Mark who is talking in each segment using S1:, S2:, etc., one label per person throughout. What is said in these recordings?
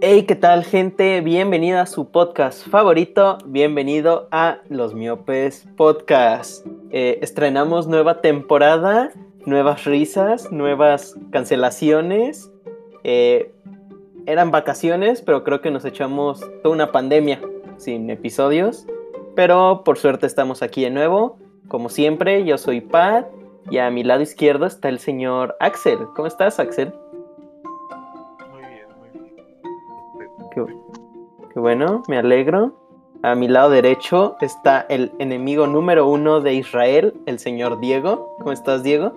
S1: Hey, ¿qué tal, gente? Bienvenida a su podcast favorito. Bienvenido a Los Miopes Podcast. Eh, estrenamos nueva temporada, nuevas risas, nuevas cancelaciones. Eh, eran vacaciones, pero creo que nos echamos toda una pandemia sin episodios. Pero por suerte estamos aquí de nuevo. Como siempre, yo soy Pat y a mi lado izquierdo está el señor Axel. ¿Cómo estás, Axel?
S2: Muy bien, muy bien.
S1: Qué bueno, me alegro. A mi lado derecho está el enemigo número uno de Israel, el señor Diego. ¿Cómo estás, Diego?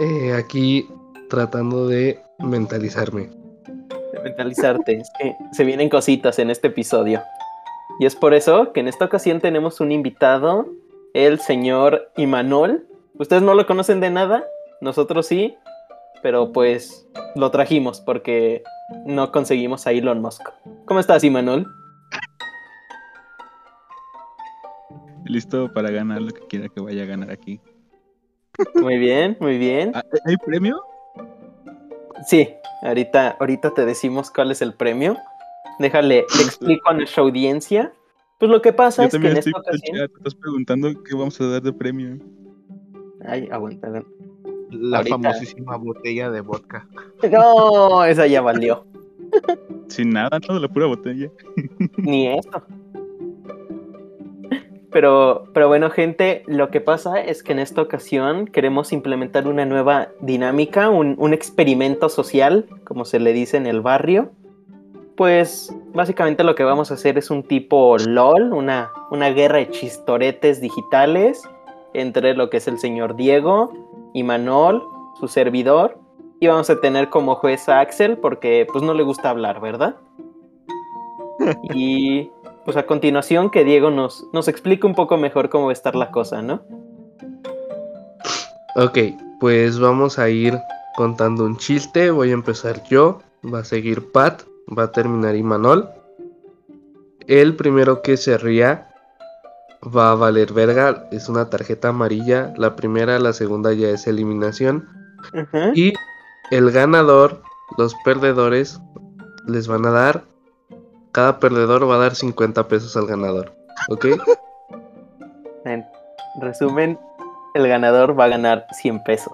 S3: Eh, aquí tratando de mentalizarme.
S1: De mentalizarte. Es que se vienen cositas en este episodio. Y es por eso que en esta ocasión tenemos un invitado, el señor Imanol. Ustedes no lo conocen de nada, nosotros sí, pero pues lo trajimos porque no conseguimos a Elon Musk. ¿Cómo estás, Imanol?
S4: Listo para ganar lo que quiera que vaya a ganar aquí.
S1: Muy bien, muy bien.
S4: Ah, ¿Hay premio?
S1: Sí, ahorita, ahorita te decimos cuál es el premio. Déjale, le explico a nuestra audiencia. Pues lo que pasa
S4: Yo
S1: es que
S4: también
S1: en
S4: estoy
S1: esta
S4: en el
S1: ocasión.
S4: chat. Estás preguntando qué vamos a dar de premio.
S1: Ay, aguanta. aguanta.
S3: La
S1: Ahorita.
S3: famosísima botella de vodka.
S1: No, esa ya valió.
S4: Sin nada, no, de la pura botella.
S1: Ni eso. Pero, pero bueno, gente, lo que pasa es que en esta ocasión queremos implementar una nueva dinámica, un, un experimento social, como se le dice en el barrio. Pues básicamente lo que vamos a hacer es un tipo LOL, una, una guerra de chistoretes digitales entre lo que es el señor Diego y Manol, su servidor. Y vamos a tener como juez a Axel porque pues no le gusta hablar, ¿verdad? Y pues a continuación que Diego nos, nos explique un poco mejor cómo va a estar la cosa, ¿no?
S3: Ok, pues vamos a ir contando un chiste. Voy a empezar yo, va a seguir Pat, va a terminar Imanol. El primero que se ría va a valer verga, es una tarjeta amarilla. La primera, la segunda ya es eliminación.
S1: Ajá.
S3: Y el ganador, los perdedores, les van a dar. Cada perdedor va a dar 50 pesos al ganador. ¿Ok?
S1: En resumen, el ganador va a ganar 100 pesos.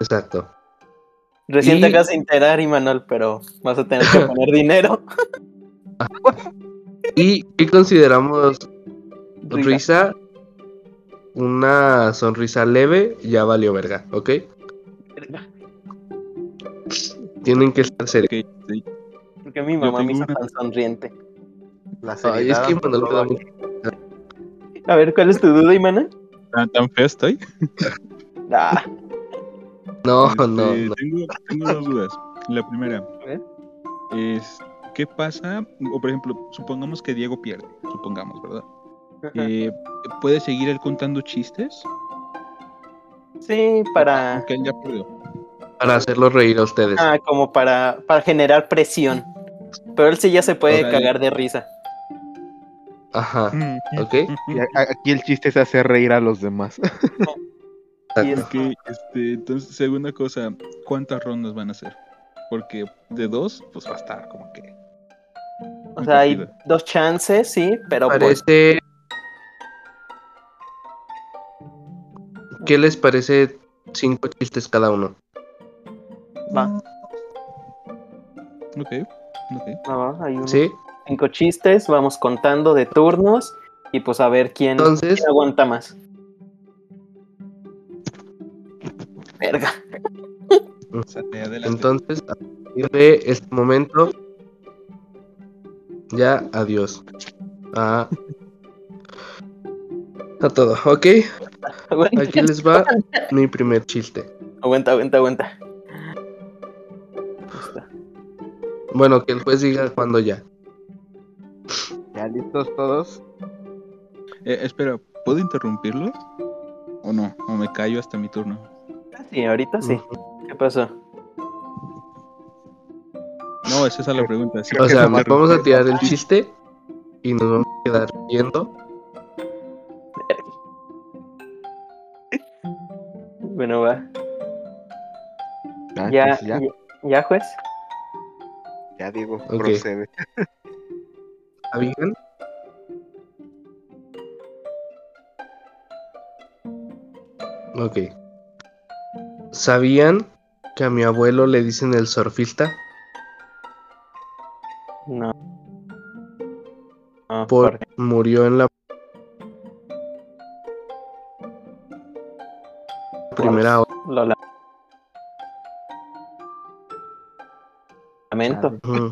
S3: Exacto.
S1: Recién te
S3: Y-
S1: acabas de enterar, Imanol, pero vas a tener que poner dinero.
S3: ¿Y qué consideramos
S1: Risa.
S3: risa? Una sonrisa leve ya valió verga, ¿ok? Tienen que estar serios.
S4: Ok, sí.
S1: Porque mi mamá me
S4: tengo
S1: hizo
S4: una.
S1: tan sonriente.
S2: La
S3: Ay, es
S2: seriedad
S3: que Manuel
S2: no
S3: me da
S2: vale.
S3: mucho-
S1: A ver, ¿cuál es tu duda, Imanol?
S4: ¿Tan, tan feo estoy?
S1: Ah,
S3: No,
S4: Este,
S3: Oh, no, no.
S4: Tengo, tengo dos dudas. La primera
S1: ver.
S4: es: ¿qué pasa? O por ejemplo, supongamos que Diego pierde. Supongamos, ¿verdad?
S1: ajá.
S4: Eh, ¿Puede seguir él contando chistes?
S1: sí, para...
S4: Aunque él ya perdió.
S3: Para hacerlos reír a ustedes.
S1: Ah, como para, para generar presión. Pero él sí ya se puede
S4: Ok.
S1: cagar de risa.
S3: Ajá. Ah,
S4: Mm,
S3: Ok.
S5: Y a- a- Aquí el chiste es hacer reír a los demás.
S1: Y es-
S3: exacto.
S4: Ok, este, entonces, segunda cosa, ¿cuántas rondas van a hacer? Porque de dos, pues va a estar como que.
S1: O sea, hay
S4: Divertido.
S1: dos chances, sí, pero pues...
S3: Parece. ¿Qué les parece cinco chistes cada uno?
S1: Va.
S4: Mm. Ok, ok.
S1: va, va, hay uno.
S3: ¿Sí?
S1: cinco chistes, vamos contando de turnos y pues a ver quién,
S3: Entonces-
S1: quién aguanta más. Verga.
S4: Sale adelante.
S3: Entonces, a partir de este momento, ya adiós. A, a todo, ¿ok? Aquí
S1: Aguanta,
S3: les va mi primer chiste.
S1: aguanta, aguanta. aguanta.
S3: Bueno, que el juez diga cuando ya.
S5: ¿Ya listos todos?
S4: Eh, espera, ¿puedo interrumpirlo? ¿O no? ¿O me callo hasta mi turno?
S1: Ah, Sí, ahorita sí. ¿Qué pasó?
S4: No, esa es la pregunta. sí.
S3: O
S5: Creo
S3: sea,
S5: que
S3: nos
S5: no
S3: vamos a tirar el chiste y nos vamos a quedar viendo.
S1: Bueno, va.
S5: Ah,
S1: Ya,
S5: pues ya.
S1: ya, juez.
S5: Ya digo,
S3: Ok.
S5: procede.
S3: ¿Está bien? Ok. ¿Sabían que a mi abuelo le dicen el surfista?
S1: No. No,
S3: Por
S1: porque-
S3: murió en la primera ola.
S1: Lo la- lamento.
S3: Ujú.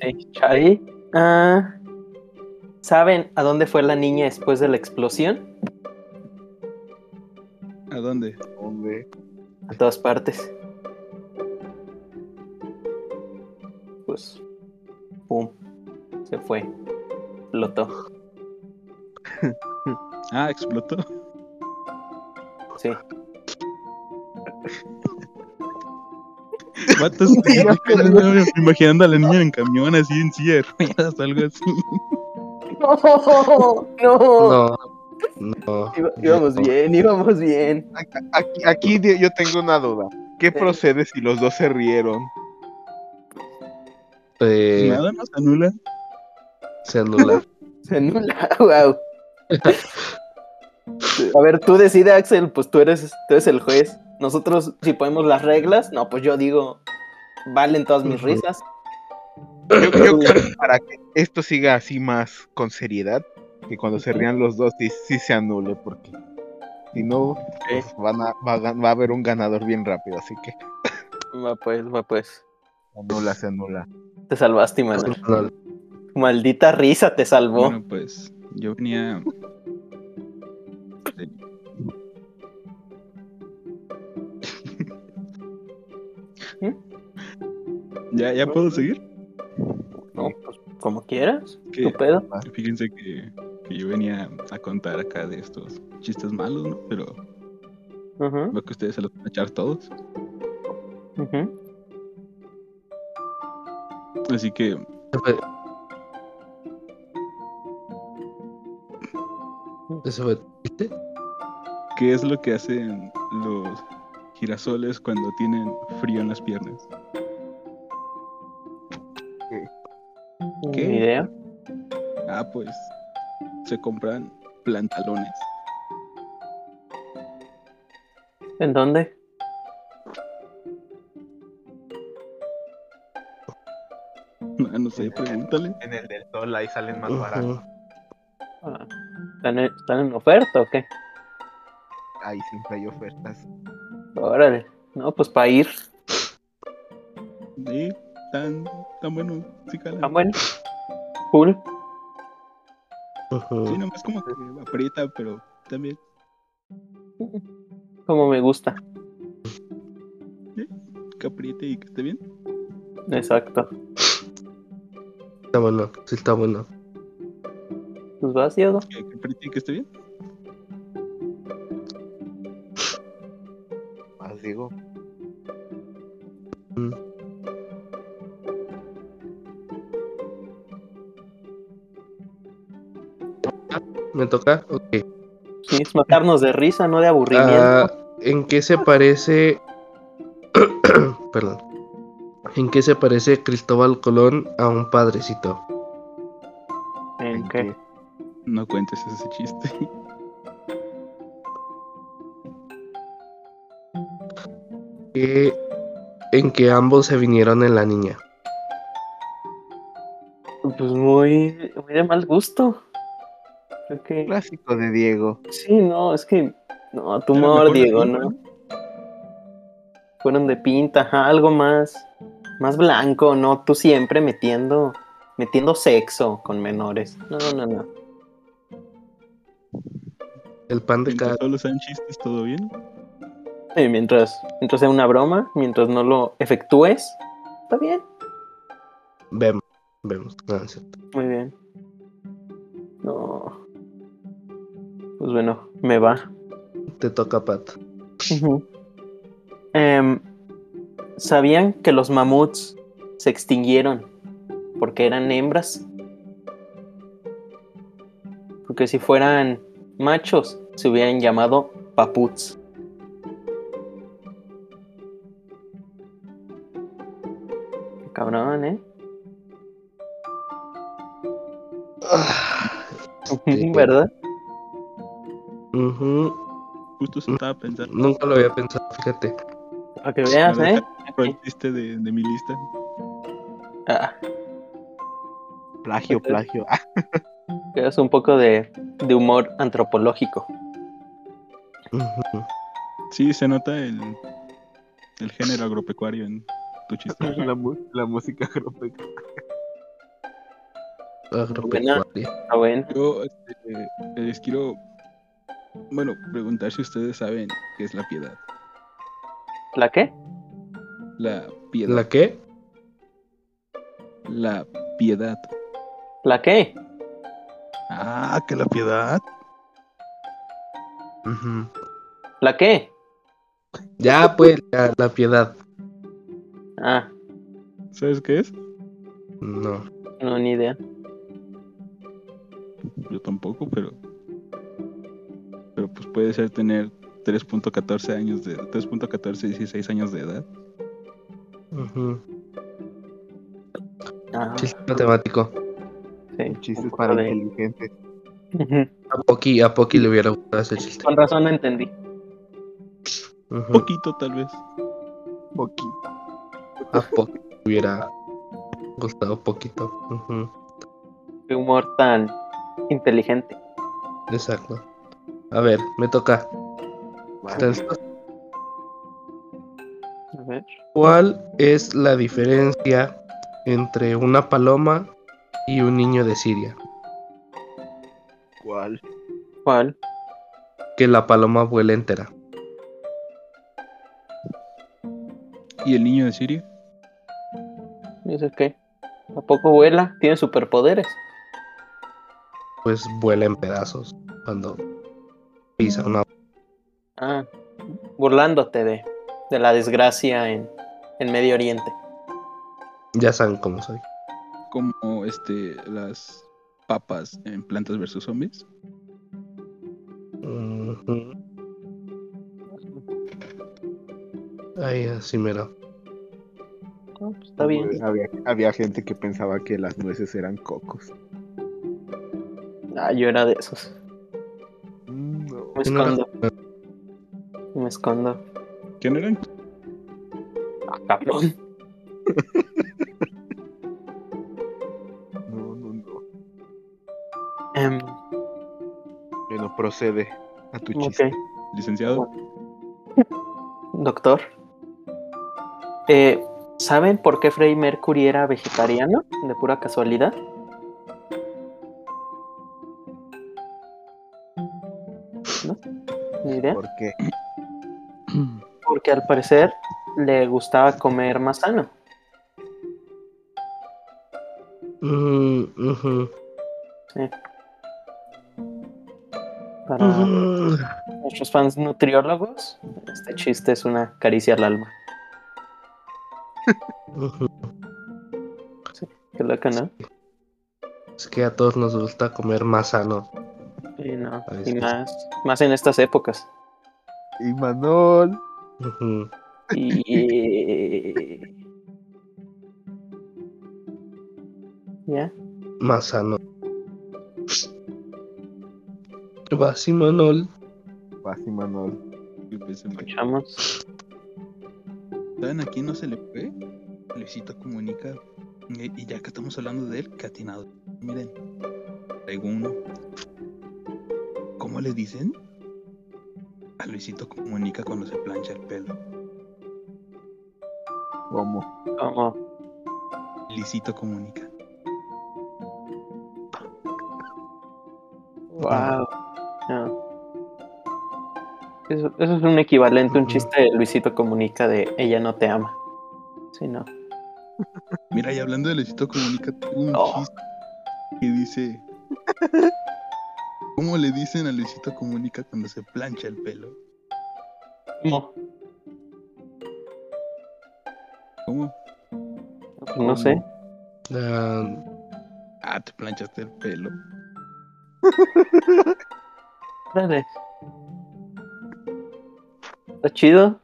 S1: Sí, Chai. Ah, ¿Saben a dónde fue la niña después de la explosión?
S4: ¿A dónde?
S5: ¿Dónde?
S1: A todas partes. Pues. Pum. Se fue. Explotó.
S4: Ah, explotó.
S1: Sí.
S4: Vatos, imaginando a la niña en camión, así en silla de ruedas, algo así.
S1: No, no.
S3: No, no.
S1: Iba- íbamos bien, íbamos bien.
S5: Aquí, aquí di- yo tengo una duda. ¿Qué procede si los dos se rieron?
S3: Eh,
S4: Nada nos anula.
S3: se anula.
S1: Se anula, wow. A ver, tú decide, Axel, pues tú eres, tú eres el juez. Nosotros, si ponemos las reglas, no, pues yo digo, valen todas mis
S3: Ujú.
S1: risas.
S5: Yo, yo creo que para que esto siga así más con seriedad, que cuando se rían los dos sí, sí se anule, porque si no, pues, van a- va, a gan- va a haber un ganador bien rápido, así que
S1: Va pues, va pues.
S5: anula, se anula.
S1: Te salvaste, Manuel.
S3: No,
S1: Tu Maldita risa te salvó.
S4: Bueno, pues yo venía.
S1: ¿Eh?
S4: ¿Ya, ¿Ya puedo seguir?
S1: No, pues, como quieras.
S4: Que-
S1: Tu pedo.
S4: Fíjense que, que yo venía a contar acá de estos chistes malos, ¿no? Pero
S1: Ujú,
S4: veo que ustedes se los van a echar todos.
S1: ujú.
S4: Así que
S3: se fue. ¿Eso fue triste?
S4: ¿Qué es lo que hacen los girasoles cuando tienen frío en las piernas?
S1: Ni
S4: ¿Qué?
S1: idea.
S4: Ah, pues se compran plantalones.
S1: ¿En dónde?
S4: Ah, No, no sé, pregúntale.
S2: En el del sol ahí salen más baratos.
S3: Ujú.
S1: Ah, ¿Están en, están en oferta o qué?
S5: Ahí siempre hay ofertas.
S1: Órale. No, pues para ir.
S4: Sí, tan, tan bueno, sí
S1: Ah,
S4: calan.
S1: bueno. Cool.
S3: Ujú.
S4: Sí, nomás como que aprieta, pero también.
S1: Como me gusta.
S4: que apriete y que esté bien.
S1: Exacto.
S3: Está bueno, sí está bueno.
S1: Pues vas, Diego.
S4: Que, que apriete y que esté bien.
S5: Más digo,
S3: Mm. ¿Me toca? Ok.
S1: Sí, es matarnos de risa, no de aburrimiento.
S3: Ah, ¿En qué se parece... Perdón. ¿En qué se parece Cristóbal Colón a un padrecito?
S1: ¿En
S5: ¿en
S1: qué?
S5: qué?
S4: No cuentes ese chiste.
S3: que- en que ambos se vinieron en la niña.
S1: Pues muy, muy de mal gusto. Creo que.
S5: clásico de Diego.
S1: Sí, no, es que. No, tu
S4: Era
S1: humor,
S4: mejor de
S1: Diego,
S4: pinta,
S1: ¿no? Fueron de pinta, ajá, algo más. Más blanco, ¿no? Tú siempre metiendo. Metiendo sexo con menores. No, no, no.
S3: El pan de
S4: Mientras
S3: cada...
S4: solo sean chistes, todo bien.
S1: Y mientras, mientras sea una broma, mientras no lo efectúes, está bien.
S3: Vemos, vemos. Ah, No, no es cierto.
S1: Muy bien. No. Pues bueno, me va.
S3: Te toca, Pat.
S1: Ujú. Em, ¿Sabían que los mamuts se extinguieron porque eran hembras? Porque si fueran machos, se hubieran llamado paputs. Cabrón, ¿eh?
S3: Sí.
S1: ¿Verdad?
S3: Ujú,
S4: Justo se estaba pensando.
S3: Nunca lo había pensado, fíjate.
S1: Para que veas,
S4: Ahora
S1: ¿eh?
S4: está- Partiste de, de mi lista.
S1: Ah,
S5: Plagio, plagio. Ah,
S1: que es un poco de, de humor antropológico.
S3: Ujú.
S4: Sí, se nota el, el género agropecuario en tu chiste.
S5: la, mu- la música agropecuaria.
S3: Agropecuaria.
S1: Ah, bueno.
S4: Yo este, les quiero, bueno, preguntar si ustedes saben qué es la piedad.
S1: ¿La qué?
S4: La
S3: ¿La
S4: piedad.
S3: qué?
S4: La, piedad.
S1: ¿La qué?
S4: Ah, que la piedad.
S3: Ujú.
S1: ¿La qué?
S3: Ya, pues, ya, la piedad.
S1: Ah,
S4: ¿Sabes qué es?
S3: No.
S1: no, ni idea.
S4: Yo tampoco, pero. Pero pues puede ser tener 3.14 años de. 3.14, 16 años de edad.
S3: Ujú.
S1: Ah,
S3: Chiste matemático.
S1: sí.
S5: Chistes
S1: un poco
S5: para
S1: de-
S5: inteligentes.
S1: Ujú.
S3: A Poki, a Poki le hubiera gustado ese chiste.
S1: Con razón no entendí.
S3: Ujú.
S4: Poquito, tal vez.
S5: Poquito.
S3: A Poki le hubiera gustado poquito. Ujú.
S1: Qué humor tan inteligente.
S3: Exacto. A ver, me toca. ¿Están listos?
S1: A ver.
S3: ¿Cuál es la diferencia entre una paloma y un niño de Siria?
S5: ¿Cuál?
S1: ¿Cuál?
S3: Que la paloma vuela entera.
S4: ¿Y el niño de Siria?
S1: Dice qué. ¿A poco vuela? Tiene superpoderes.
S3: Pues vuela en pedazos cuando pisa una.
S1: Ah, burlándote de, de la desgracia en, en Medio Oriente.
S3: Ya saben cómo soy.
S4: Como este. Las papas en plantas versus zombies.
S3: Ujú. Ay, así mero.
S1: Ah, pues está bien.
S5: Había, había gente que pensaba que las nueces eran cocos.
S1: Ah, yo era de esos.
S5: Mm, No.
S1: Me
S3: Yo no era-
S1: escondo. Me escondo.
S4: ¿Quién eran?
S1: Ah, cabrón.
S5: No, no, no.
S1: Em,
S5: Bueno, procede a tu
S1: ok.
S5: chiste.
S4: Licenciado.
S1: Doctor. Eh, ¿Saben por qué Freddie Mercury era vegetariano? De pura casualidad. ¿No? Ni idea.
S5: ¿Por qué?
S1: Porque al parecer le gustaba comer más sano.
S3: Mm, ujú.
S1: Para
S3: Ujú.
S1: nuestros fans nutriólogos, este chiste es una caricia al alma.
S3: Ujú.
S1: Qué loca, ¿no?
S3: Es que a todos nos gusta comer más sano.
S1: Y, no,
S3: Ahí
S1: y
S3: está.
S1: más, más en estas épocas.
S5: Y Manol.
S3: Ujú.
S1: Y... ¿Ya?
S3: Más sano. Vas, Imanol.
S5: Vas y Manol.
S4: que pues, en-
S1: Escuchamos.
S4: ¿Saben a quién no se le fue? Luisito Comunica. Eh, Y y ya que estamos hablando de él, catinado. Miren, traigo uno. ¿Cómo le dicen? A Luisito Comunica cuando se plancha el pelo.
S5: ¿Cómo?
S1: Como
S4: Luisito Comunica.
S1: Wow. No. Eso, eso es un equivalente, un
S3: Ujú.
S1: chiste de Luisito Comunica de Ella no te ama. Sí, no.
S4: Mira, y hablando de Luisito Comunica, tengo un
S1: Oh.
S4: chiste que dice... ¿Cómo le dicen a Luisito Comunica cuando se plancha el pelo?
S1: No,
S4: ¿Cómo?
S1: no sé.
S3: Ah, Eh,
S4: Ah, te planchaste el pelo.
S1: Dale. ¿Está chido?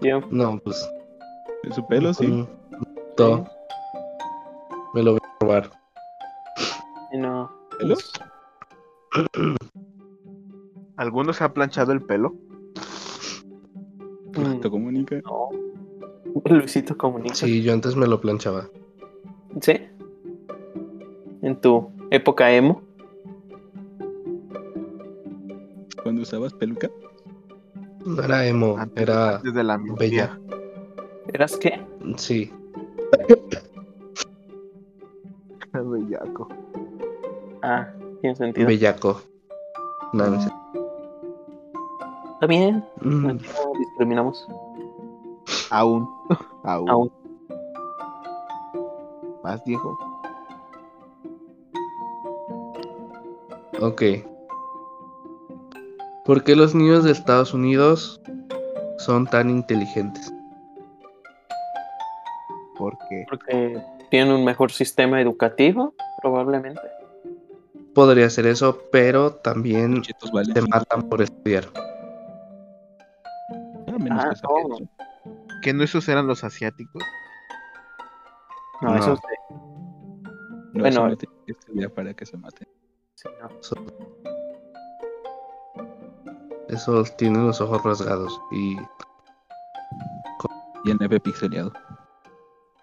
S1: Yo.
S3: No, pues.
S4: En su pelo, sí.
S3: mm, to- Me lo voy a robar.
S1: y No.
S4: ¿Pelo?
S5: ¿Alguno se ha planchado el pelo?
S1: Mm,
S4: Te comunica.
S1: No. Luisito comunica. ¿Sí?
S3: Sí, yo antes me lo planchaba.
S1: En tu época emo.
S4: Cuando usabas peluca,
S3: No era emo,
S2: Ah,
S5: Antes-
S3: era
S5: antes de la
S3: bella.
S1: ¿Eras qué?
S3: Sí.
S5: amnistía. Bellaco.
S1: Ah, tiene sentido.
S3: Bellaco. No, no sé.
S1: Está bien.
S3: Mm,
S1: No discriminamos.
S5: Aún. Aún.
S1: Aún.
S5: Más viejo.
S3: ok. ¿Por qué los niños de Estados Unidos son tan inteligentes?
S5: Porque
S1: Porque tienen un mejor sistema educativo, probablemente.
S3: Podría ser eso, pero también
S4: chetos vale.
S3: te matan por estudiar.
S4: Ah, menos
S1: Ah,
S4: que esa
S1: no.
S4: gente.
S5: ¿Que no esos eran los asiáticos?
S1: No,
S3: No.
S1: eso es de-
S4: No,
S1: Bueno.
S4: bueno, tiene que estudiar este para que se maten.
S1: sí, no.
S3: Esos tienen los ojos rasgados y
S4: Y el neve pixeleado.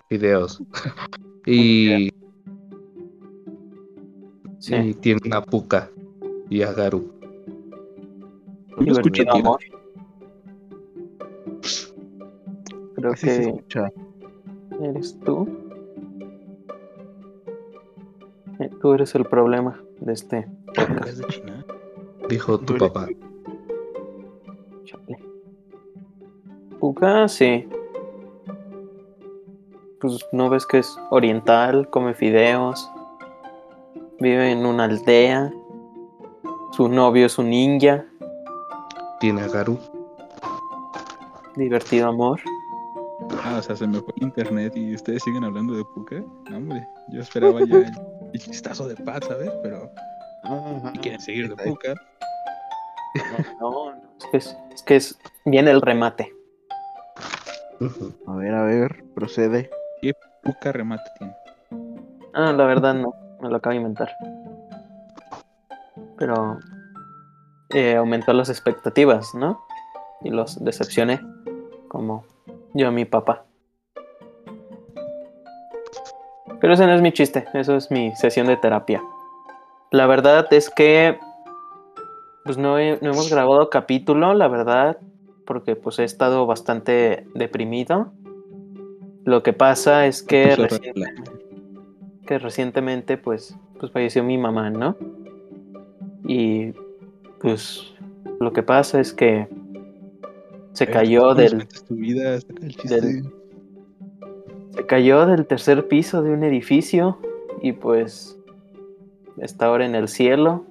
S3: videos. y,
S1: Sí.
S3: y tienen a Puka y a Garu.
S4: No
S1: Divertido
S4: escucho tira.
S1: amor. Creo
S5: Así se
S1: que
S5: escucha.
S1: eres tú. Eh, Tú eres el problema de este podcast.
S4: ¿Es de China?
S3: Dijo tu
S5: No eres
S3: papá.
S1: Chale. Puka, sí. Pues no ves que es oriental, come fideos, vive en una aldea, su novio es un ninja,
S3: Tiene a Garu.
S1: divertido amor.
S4: Ah, o sea, se me fue el internet y ustedes siguen hablando de Puka. No, hombre, yo esperaba ya el, el chistazo de paz, ¿sabes? Pero quieren seguir de Puka.
S1: No, no, es que es, es que es viene el remate.
S3: Ujú.
S5: A ver, a ver, procede.
S4: Puka remate tiene.
S1: Ah, la verdad no, me lo acabo de inventar. Pero eh, aumentó las expectativas, ¿no? Y los decepcioné, como yo a mi papá. Pero ese no es mi chiste, eso es mi sesión de terapia. La verdad es que pues no, he- no hemos grabado capítulo, la verdad, porque pues he estado bastante deprimido. Lo que pasa es que
S4: Puso red
S1: recién-
S4: flag.
S1: que recientemente pues, pues falleció mi mamá, ¿no? Y pues lo que pasa es que se
S4: Pero
S1: cayó
S4: tampoco nos
S1: del,
S4: cuentes tu vida, saca el chiste.
S1: del- se cayó del tercer piso de un edificio y pues está ahora en el cielo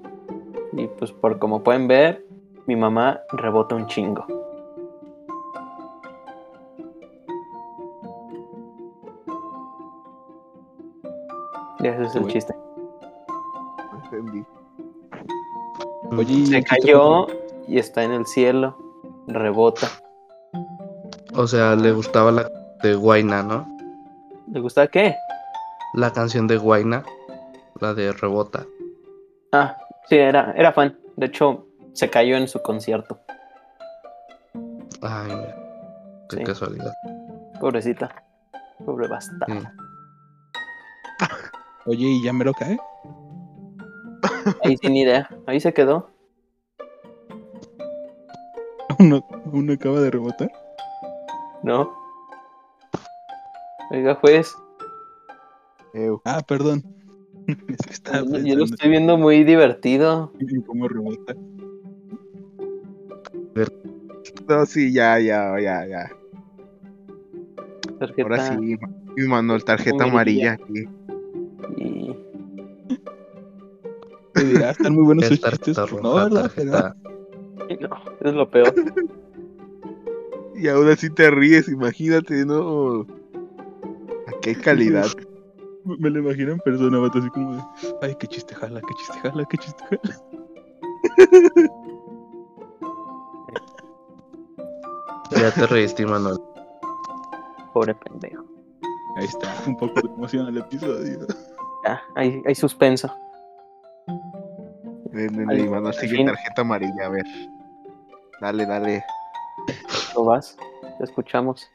S1: y pues por como pueden ver mi mamá rebota un chingo. Y ese es el
S4: Bueno.
S1: chiste.
S5: Entendí.
S4: Oye, ¿y
S1: Se
S4: el chiste
S1: cayó y está en el cielo. Rebota.
S3: O sea, le gustaba la de Guaina, ¿no?
S1: ¿Le gusta qué?
S3: La canción de Guaina. La de Rebota.
S1: Ah, sí, era, era fan. De hecho, se cayó en su concierto.
S3: Ay, mira, qué
S1: Sí.
S3: casualidad.
S1: Pobrecita. Pobre basta.
S3: Sí.
S4: fue- Oye, ¿y ya me lo cae?
S1: Ahí sin idea. Ahí se quedó.
S4: Uno, uno acaba de rebotar.
S1: No. Oiga, juez.
S5: Eu.
S4: Ah, perdón. Es
S5: Ah,
S4: que estaba
S5: pues,
S1: Yo lo
S4: pensando
S1: estoy viendo muy divertido.
S4: en cómo rebota.
S5: No, sí, ya, ya, ya, ya.
S1: Tarjeta
S5: Ahora sí, Ma- Manuel, tarjeta
S1: Amarilla.
S5: amarilla aquí.
S1: Y...
S4: Te dirá, están muy buenos
S3: Es
S4: sus chistes.
S3: tarjeta
S4: No,
S3: roja,
S4: ¿verdad?
S3: tarjeta.
S1: y No, es lo peor.
S5: Y aún así te ríes, imagínate, ¿no? Aquí hay calidad.
S4: Pero me lo imagino en persona, vato, así como de, ay, qué chiste jala, qué chiste jala, qué chiste jala.
S3: Ya te reíste, Manuel.
S1: Pobre pendejo.
S4: Ahí está, un poco de emoción al episodio.
S1: Ya, hay, hay Ah, suspenso.
S5: Ven, ven,
S1: Al-
S5: ven, Manuel,
S1: al
S5: sigue
S1: fin.
S5: tarjeta amarilla, a ver. Dale, dale.
S1: ¿Lo vas? Te escuchamos.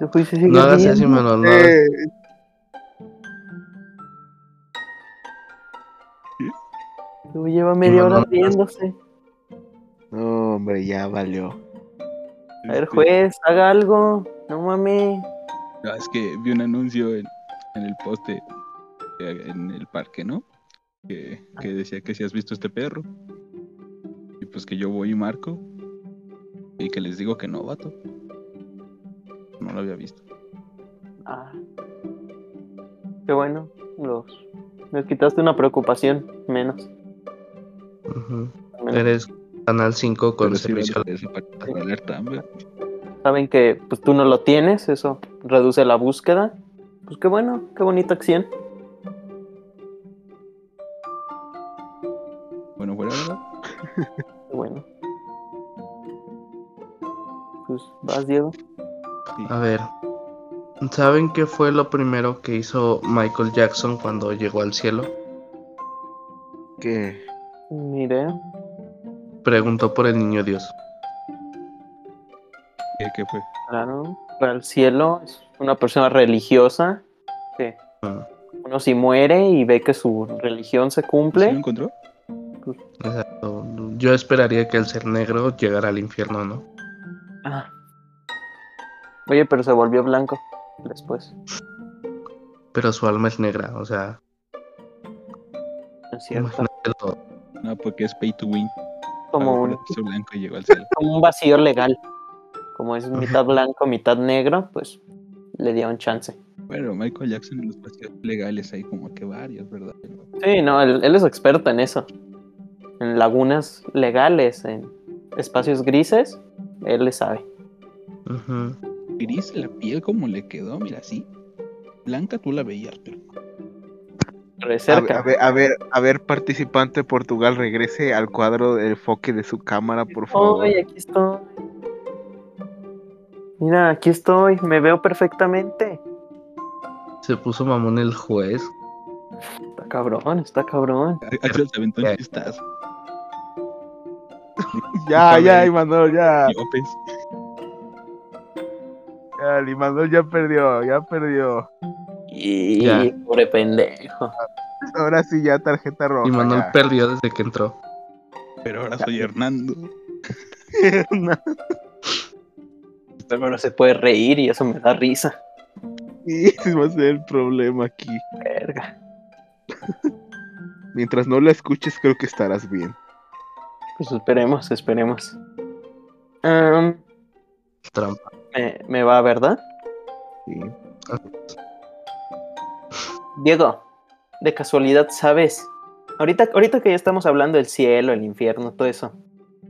S1: Tú fuiste, sigue
S3: No hagas
S1: viendo.
S3: eso, Manuel. No.
S5: Eh,
S1: Tú lleva media
S3: No,
S1: hora
S3: no, no.
S1: riéndose.
S5: No, hombre, ya valió.
S1: A ver,
S4: Este,
S1: juez, haga algo. No mames.
S4: No, es que vi un anuncio en, en el poste eh, en el parque, ¿no? Que, que decía que si has visto este perro. Y pues que yo voy y marco. Y que les digo que no, vato. No lo había visto.
S1: Ah. Qué bueno. Los... Nos quitaste una preocupación. Menos.
S3: Ujú.
S1: menos.
S3: Eres Canal 5 con
S4: Pero sí,
S3: servicio.
S4: vato, eso para- para alerta, hombre.
S1: Saben que pues, tú no lo tienes. Eso reduce la búsqueda. Pues qué bueno. Qué bonita acción.
S4: Bueno, fuera, ¿verdad?
S1: Qué bueno. Pues vas, Diego.
S3: A ver. ¿Saben qué fue lo primero que hizo Michael Jackson cuando llegó al cielo?
S5: ¿Qué?
S1: Ni idea.
S3: Preguntó por el niño Dios.
S4: ¿Qué, qué fue?
S1: Claro. Para el cielo. Es una persona religiosa. Que
S3: Ah,
S1: uno si muere y ve que su religión se
S4: ¿Sí lo
S1: cumple.
S4: encontró?
S3: exacto. Yo esperaría que el ser negro llegara al infierno, ¿no?
S1: Ah. Oye, pero se volvió blanco después.
S3: Pero su alma es negra, o sea,
S1: ¿no es cierto?
S3: imagínatelo.
S4: No, porque es pay to win.
S1: Como
S4: Pagó
S1: un,
S4: por el blanco y llegó al cielo.
S1: como un vacío legal. Como es
S3: Ajá.
S1: mitad blanco, mitad negro, pues le dieron chance.
S4: Bueno, Michael Jackson en los vacíos legales hay como que varios, ¿verdad?
S1: Sí, no, él, él es experto en eso. En lagunas legales, en espacios grises, él le sabe.
S3: Ujú.
S4: Gris la piel como le quedó, mira, así. Blanca tú la veías, pero
S1: Re
S5: A ver,
S1: cerca.
S5: a ver, a ver, a ver, participante Portugal, regrese al cuadro del enfoque de su cámara, por favor.
S1: Ay, aquí estoy. Mira, aquí estoy, me veo perfectamente.
S3: Se puso mamón el juez.
S1: Está cabrón, está cabrón.
S4: Axel se aventó
S3: Ya.
S4: en chistas.
S5: Ya, ya, Imanol, ya.
S4: López.
S5: Ya, Imanol ya perdió, ya perdió.
S1: Y
S3: Ya.
S1: pobre pendejo.
S5: Ahora sí, ya tarjeta roja.
S3: Y Manuel
S5: ya.
S3: perdió desde que entró.
S4: Pero ahora soy Hernando.
S5: No,
S1: Pero no se puede reír y eso me da risa.
S5: sí, ese va a ser el problema aquí.
S1: Verga.
S5: Mientras no la escuches, creo que estarás bien.
S1: Pues esperemos, esperemos. Am,
S3: Trampa.
S1: me, me va, ¿verdad?
S5: Sí.
S1: Diego, de casualidad, ¿sabes? Ahorita, ahorita que ya estamos hablando del cielo, el infierno, todo eso.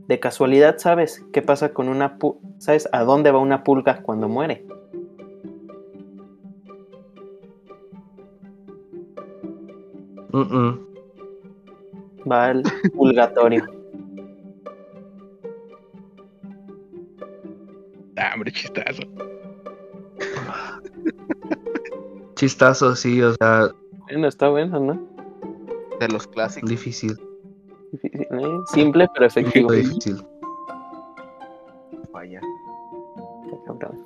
S1: De casualidad, ¿sabes qué pasa con una pu- ¿Sabes a dónde va una pulga cuando muere?
S3: Mm-mm.
S1: Va al purgatorio.
S4: Ah, hombre, chistazo.
S3: Chistazo, sí, o sea,
S1: Bueno, está bueno, ¿no?
S5: De los clásicos.
S3: difícil.
S1: Difícil, ¿eh? Simple pero efectivo.
S3: Fue difícil.
S5: Vaya.
S1: Cabrón.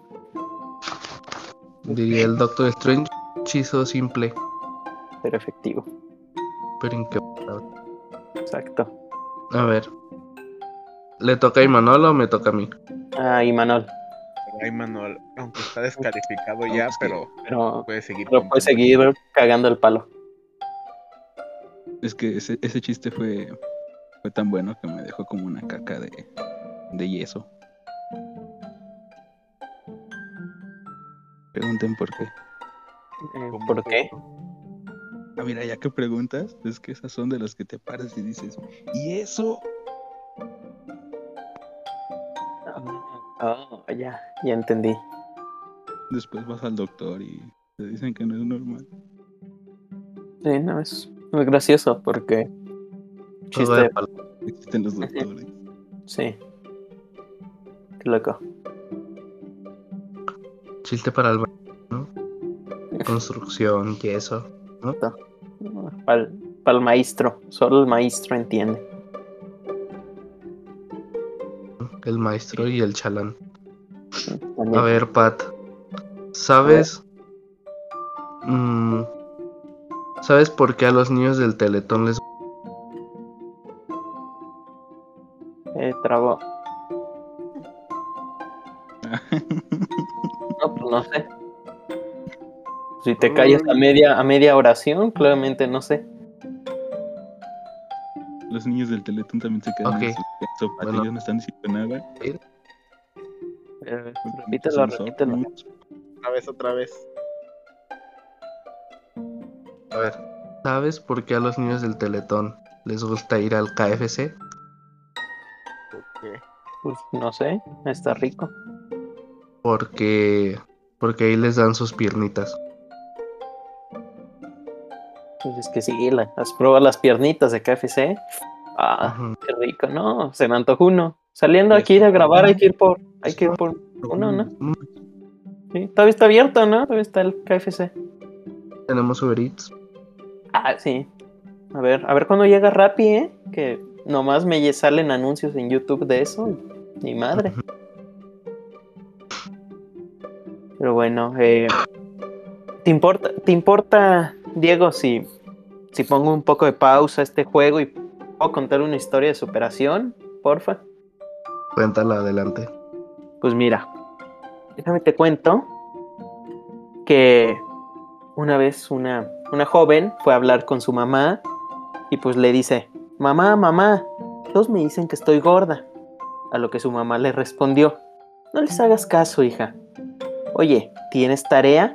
S3: Diría el Doctor Strange, hechizo simple,
S1: Pero efectivo.
S3: pero inque-
S1: Exacto.
S3: A ver. ¿Le toca a Imanol o me toca a mí?
S1: Ah, y Manol.
S5: Ay, Manuel, aunque está descalificado
S4: No,
S5: ya,
S4: pues que-
S5: pero
S1: Pero,
S5: puede seguir.
S1: pero puede seguir cagando el palo.
S4: Es que ese, ese chiste fue, fue tan bueno que me dejó como una caca de, de yeso. Pregunten por qué.
S1: Eh, ¿Por qué?
S4: Ah, mira, ya que preguntas, es que esas son de las que te paras y dices, ¿y eso?
S1: Ah, Oh, ya, ya entendí.
S4: Después vas al doctor y te dicen que no es normal.
S1: Sí, no, es muy gracioso porque...
S3: Todo de
S1: Chiste,
S3: palo.
S4: Existen los doctores.
S1: sí. Qué loco.
S3: Chiste para el baño, ¿no? Construcción y eso.
S1: Para el maestro, solo el maestro entiende.
S3: El maestro y el chalán.
S1: También.
S3: A ver, Pat. ¿Sabes?
S1: Oh.
S3: Mm, ¿Sabes por qué a los niños del Teletón les...
S1: Eh, trabó. No, pues no sé. Si te callas a media, a media oración, claramente no sé.
S4: Los niños del Teletón también se quedan
S3: Ok.
S4: en suspenso. Pat,
S3: Bueno.
S4: Ellos no están diciendo nada.
S1: Eh, repítelo,
S4: Son
S1: repítelo.
S4: sordos.
S5: Otra vez, otra vez.
S3: A ver. ¿Sabes por qué a los niños del Teletón les gusta ir al KFC?
S5: Ok.
S1: Pues no sé, está rico.
S3: Porque... Porque ahí les dan sus piernitas.
S1: Pues es que sí, la- las pruebas las piernitas de KFC. Ah,
S3: Ujú.
S1: qué rico, no, se me antojó uno. Saliendo
S4: Pues,
S1: aquí de grabar hay que ir por, hay
S4: pues,
S1: que ir por uno, ¿no?
S3: Mm.
S1: Sí, todavía está abierto, ¿no? Todavía está el KFC.
S3: Tenemos Uber Eats.
S1: Ah, sí. A ver, a ver cuando llega Rappi, ¿eh? Que nomás me lle- salen anuncios en YouTube de eso. Ni madre. Pero bueno, eh, ¿te importa, te importa Diego, si, si pongo un poco de pausa a este juego y puedo contar una historia de superación? Porfa.
S3: Cuéntala adelante.
S1: Pues mira, déjame te cuento que una vez una, una joven fue a hablar con su mamá y pues le dice, mamá, mamá, todos me dicen que estoy gorda. A lo que su mamá le respondió, no les hagas caso, hija. Oye, ¿tienes tarea?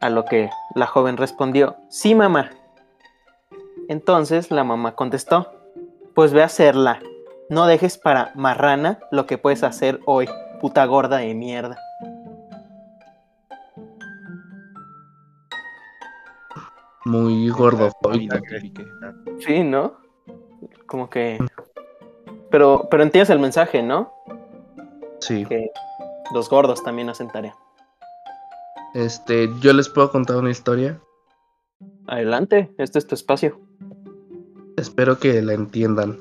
S1: A lo que la joven respondió, sí, mamá. Entonces la mamá contestó, pues ve a hacerla. No dejes para marrana lo que puedes hacer hoy, puta gorda de mierda.
S3: Muy gordofóbica.
S4: Ahorita piqué.
S1: Sí, ¿no? Como que... Pero, pero entiendes el mensaje, ¿no?
S3: Sí.
S1: Que los gordos también hacen tarea.
S3: Este, yo les puedo contar una historia.
S1: Adelante, este es tu espacio.
S3: Espero que la entiendan.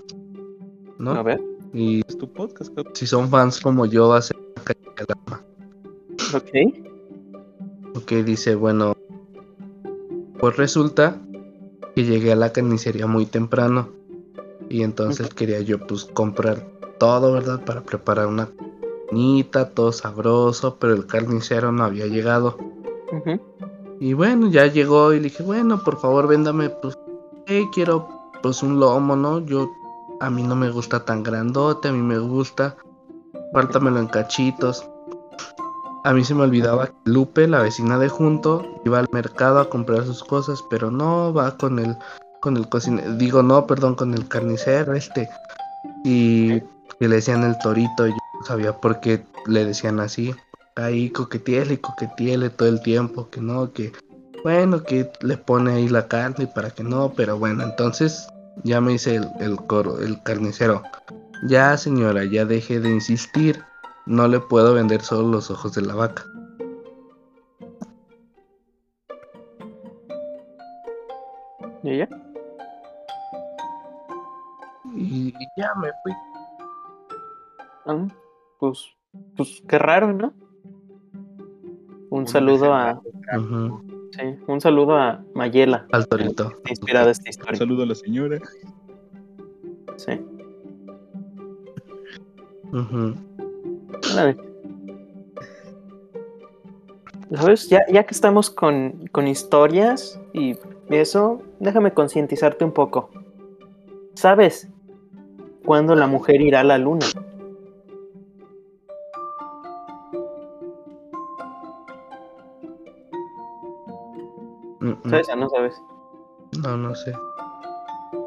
S1: A
S3: ¿No?
S1: ver,
S3: Y
S4: Es tu podcast, cabrón.
S3: si son fans como yo, va a ser una caída del alma.
S1: ok.
S3: Ok, dice, bueno. Pues resulta que llegué a la carnicería muy temprano. Y entonces quería yo, pues, comprar todo, ¿verdad? Para preparar una carnita, todo sabroso. Pero el carnicero no había llegado.
S1: Ujú.
S3: Y bueno, ya llegó y le dije, bueno, por favor, véndame, pues, eh, quiero, pues, un lomo, ¿no? Yo, a mí no me gusta tan grandote, a mí me gusta, pártamelo en cachitos. A mí se me olvidaba que Lupe, la vecina de junto, iba al mercado a comprar sus cosas, pero no, va con el, con el cocinero, digo, no, perdón, con el carnicero este. Y que le decían el torito, y yo no sabía por qué le decían así ahí coquetiele y coquetiele todo el tiempo, que no, que bueno, que le pone ahí la carne para que no, pero bueno, entonces ya me dice el, el coro, el carnicero, ya señora, ya deje de insistir, no le puedo vender solo los ojos de la vaca.
S1: ¿Y ya?
S3: Y ya me fui.
S1: Ah, pues, pues qué raro, ¿no? Un
S5: Uno
S1: saludo a...
S5: desenlace, claro.
S3: Ujú,
S1: sí, un saludo a Mayela,
S3: al torito.
S1: inspirada esta
S4: Un
S1: historia.
S4: saludo a la señora.
S1: Sí.
S3: Ujú.
S1: Órale. ¿Sabes? Ya, ya que estamos con, con historias y eso, déjame concientizarte un poco. ¿Sabes cuándo la mujer irá a la luna?
S3: Mm, mm,
S1: ¿Sabes? Ya no sabes.
S3: No, no sé.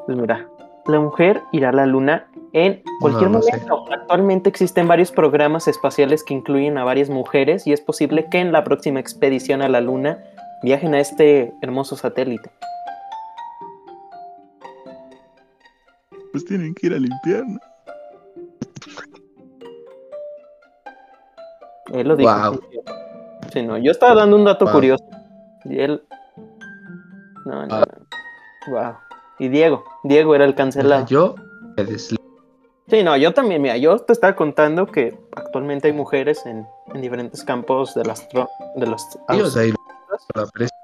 S1: Pues mira, la mujer irá a la luna en cualquier
S3: No, no sé.
S1: momento. Actualmente existen varios programas espaciales que incluyen a varias mujeres y es posible que en la próxima expedición a la Luna viajen a este hermoso satélite.
S4: Pues tienen que ir a limpiar, ¿no?
S1: Él lo dijo.
S3: Guau.
S1: Sí, no, yo estaba dando un dato
S3: Guau.
S1: curioso. Y él. No, no,
S3: Guau.
S1: no. Wow. Y Diego. Diego era el cancelado.
S3: Ah, Yo me deslizo.
S1: Sí, no, yo también. Mira, yo te estaba contando que actualmente hay mujeres en, en diferentes campos de las. tro- De los ah,
S3: Dios, ahí lo aprecio.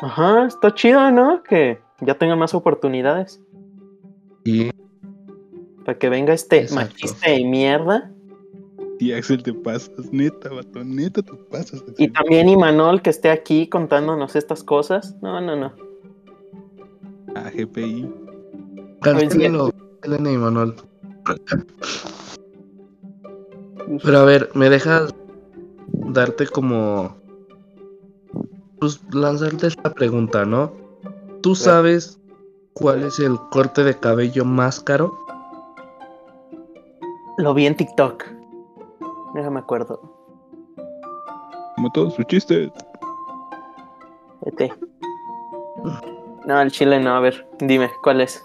S1: Ajá, está chido, ¿no? Que ya tengan más oportunidades.
S3: Y
S1: Para que venga este
S3: Exacto.
S1: machista de mierda.
S4: Y Axel, te pasas, neta, vato, neta, te pasas. Axel.
S1: Y también Imanol que esté aquí contándonos estas cosas. No, no, no.
S4: Ah, GPI.
S3: cancelo. Elena y Manuel. Pero a ver, ¿me dejas darte como. Pues lanzarte esta pregunta, ¿no? ¿Tú sabes cuál es el corte de cabello más caro?
S1: Lo vi en TikTok. Déjame me acuerdo.
S4: Como todos sus chistes.
S1: Vete. No, el chile no. A ver, dime, ¿cuál es?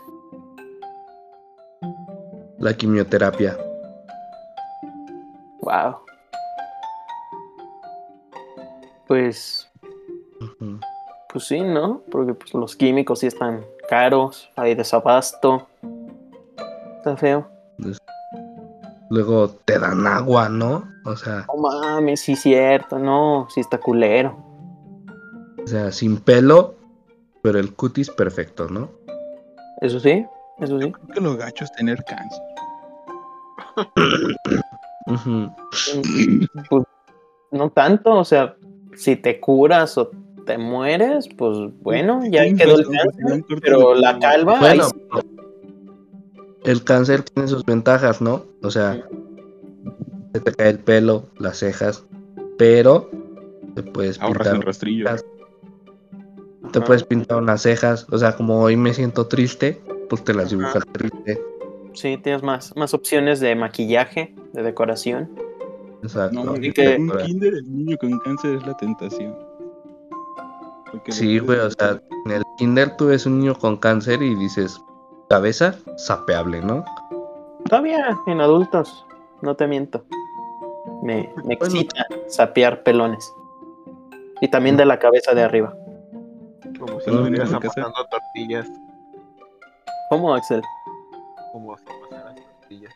S3: La quimioterapia.
S1: Wow. Pues,
S3: Ujú.
S1: pues sí, ¿no? Porque pues, los químicos sí están caros, hay desabasto. Está feo.
S3: Luego te dan agua, ¿no? O sea,
S1: No mames, sí, cierto, no, sí está culero.
S3: o sea, sin pelo, pero el cutis perfecto, ¿no?
S1: Eso sí, eso sí.
S4: Creo que lo gacho es tener cáncer.
S3: Ujú.
S1: Pues, no tanto, o sea, si te curas o te mueres, pues bueno, ya ahí
S4: Tienes
S1: quedó el
S4: razón,
S1: cáncer.
S4: un corte
S1: Pero
S4: de-
S1: la calva, ahí
S3: Bueno,
S1: sí.
S3: el cáncer tiene sus ventajas, ¿no? O sea, se te cae el pelo, las cejas, pero te puedes
S4: Ahorras el
S3: pintar,
S4: rastrillo.
S3: Claro. te puedes pintar unas cejas, o sea, como hoy me siento triste, pues te las
S1: Ajá.
S3: dibujas triste,
S1: Sí, tienes más, más opciones de maquillaje, de decoración.
S3: exacto.
S4: No,
S1: hombre,
S4: güey,
S1: que-
S4: un kinder, el niño con cáncer es la tentación. Porque
S3: Sí,
S4: después-
S3: güey, o sea, en el kinder tú ves un niño con cáncer y dices, cabeza, sapeable, ¿no?
S1: Todavía en adultos, no te miento. Me, me
S3: Bueno.
S1: excita sapear pelones. Y también de la cabeza de arriba.
S2: Como si
S3: No,
S2: estuvieras
S4: no, no, no.
S2: amasando tortillas.
S1: ¿Cómo, Axel?
S2: Como si amasaras tortillas.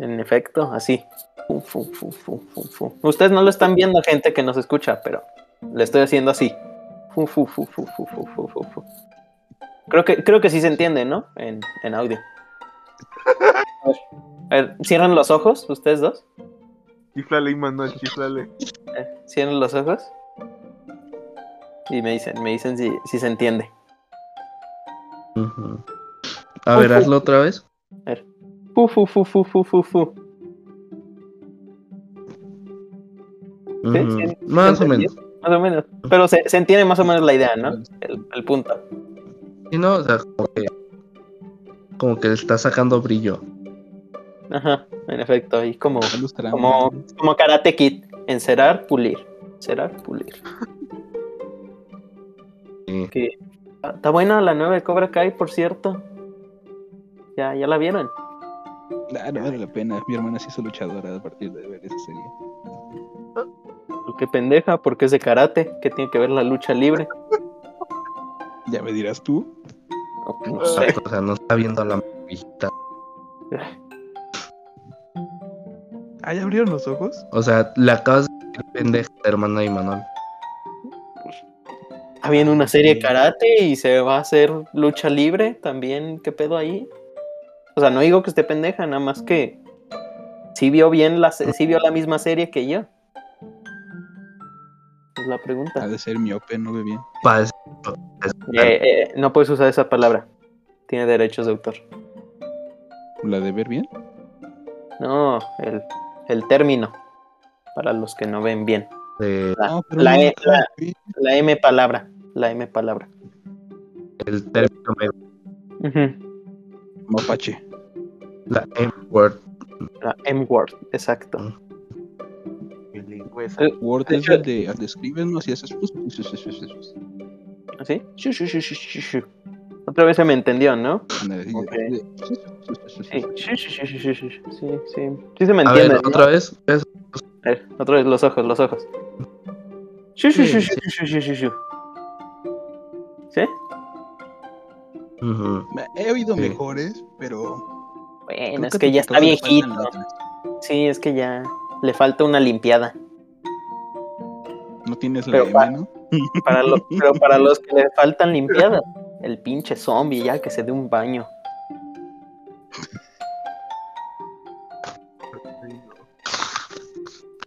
S1: En efecto, así. Fu, fu, fu, fu, fu, fu. Ustedes no lo están viendo, gente que nos escucha, pero le estoy haciendo así. Fu, fu, fu, fu, fu, fu, fu, fu, fu. Creo que, creo que sí se entiende, ¿no? En, en audio. A ver, a ver, cierran los ojos, ustedes dos.
S2: Chiflale, Imanol, chiflale.
S1: Eh, Cierran los ojos. Y me dicen, me dicen si, si se entiende.
S3: Ujú. A ver,
S1: Ojo.
S3: hazlo otra vez.
S1: Fu, fu, fu, fu, fu, fu, fu.
S3: Ujú.
S1: sí,
S3: Más o
S1: ¿entendió?
S3: menos.
S1: Más o menos. Pero se, se entiende más o menos la idea, ¿no? El, el punto.
S3: Si no, o sea, como que, como que le está sacando brillo.
S1: Ajá, en efecto, ahí como,
S4: Ya los tramos.
S1: como, como karate kid, encerar, pulir, encerar, pulir.
S3: Sí.
S1: Ah, Está buena la nueva de Cobra Kai, por cierto. Ya, ya la vieron.
S4: Ah, no vale la pena. Mi hermana sí es luchadora a partir de ver esa serie.
S1: Qué pendeja, porque es de karate, que tiene que ver la lucha libre.
S4: Ya me dirás tú.
S1: No,
S3: Eh,
S1: no sé.
S3: O sea, no está viendo a la viejita.
S4: Ah, ya abrieron los ojos.
S3: O sea, le acabas de decir pendeja a la hermana de Manuel.
S1: Está Ah, bien una serie de karate y se va a hacer lucha libre también. ¿Qué pedo ahí? O sea, no digo que esté pendeja, nada más que sí vio bien la, se- sí vio la misma serie que yo. Es la pregunta.
S4: Ha de ser miope, no ve bien.
S3: Padece.
S1: Eh, eh, no puedes usar esa palabra. Tiene derechos de autor.
S4: ¿La de ver bien?
S1: No, el, el término. Para los que no ven bien.
S3: de-
S1: La,
S4: No, pero
S1: la
S4: no,
S1: E,
S4: no,
S1: la-
S4: sí.
S1: la M palabra. La M palabra.
S3: el término medio.
S1: Ujú.
S4: Mapache.
S3: La M-word.
S1: La M-Word, exacto.
S2: Bilingües.
S1: Eh,
S4: Word
S1: de
S4: es
S1: hecho-
S4: el de escribirnos y haces. pus, pus, pus, pus, pus, pus.
S1: ¿Sí? Shu, shu, shu, shu, shu, shu. Otra vez se me entendió, ¿no?
S4: Ándale, y-
S1: Ok.
S4: y-
S1: Sí. Shu, shu, shu, shu, shu, shu, shu. Sí, sí. Sí se me
S3: A
S1: entiende.
S3: ver,
S1: ¿no?
S3: otra vez. Es-
S1: A ver, otra vez los ojos, los ojos. Shu, shu, shu, shu, shu, shu, shu, shu. ¿Sí?
S3: Ujú.
S4: He oído
S3: Sí.
S4: mejores, pero.
S1: Bueno,
S4: creo
S1: es que
S4: te
S1: ya está
S4: acabo de faltar
S1: viejito.
S4: en la otra.
S1: Sí, es que ya le falta una limpiada.
S4: No tienes la
S1: Pero
S4: M,
S1: para-
S4: ¿no?
S1: Para lo- pero para los que le faltan limpiadas, el pinche zombie ya que se dé un baño.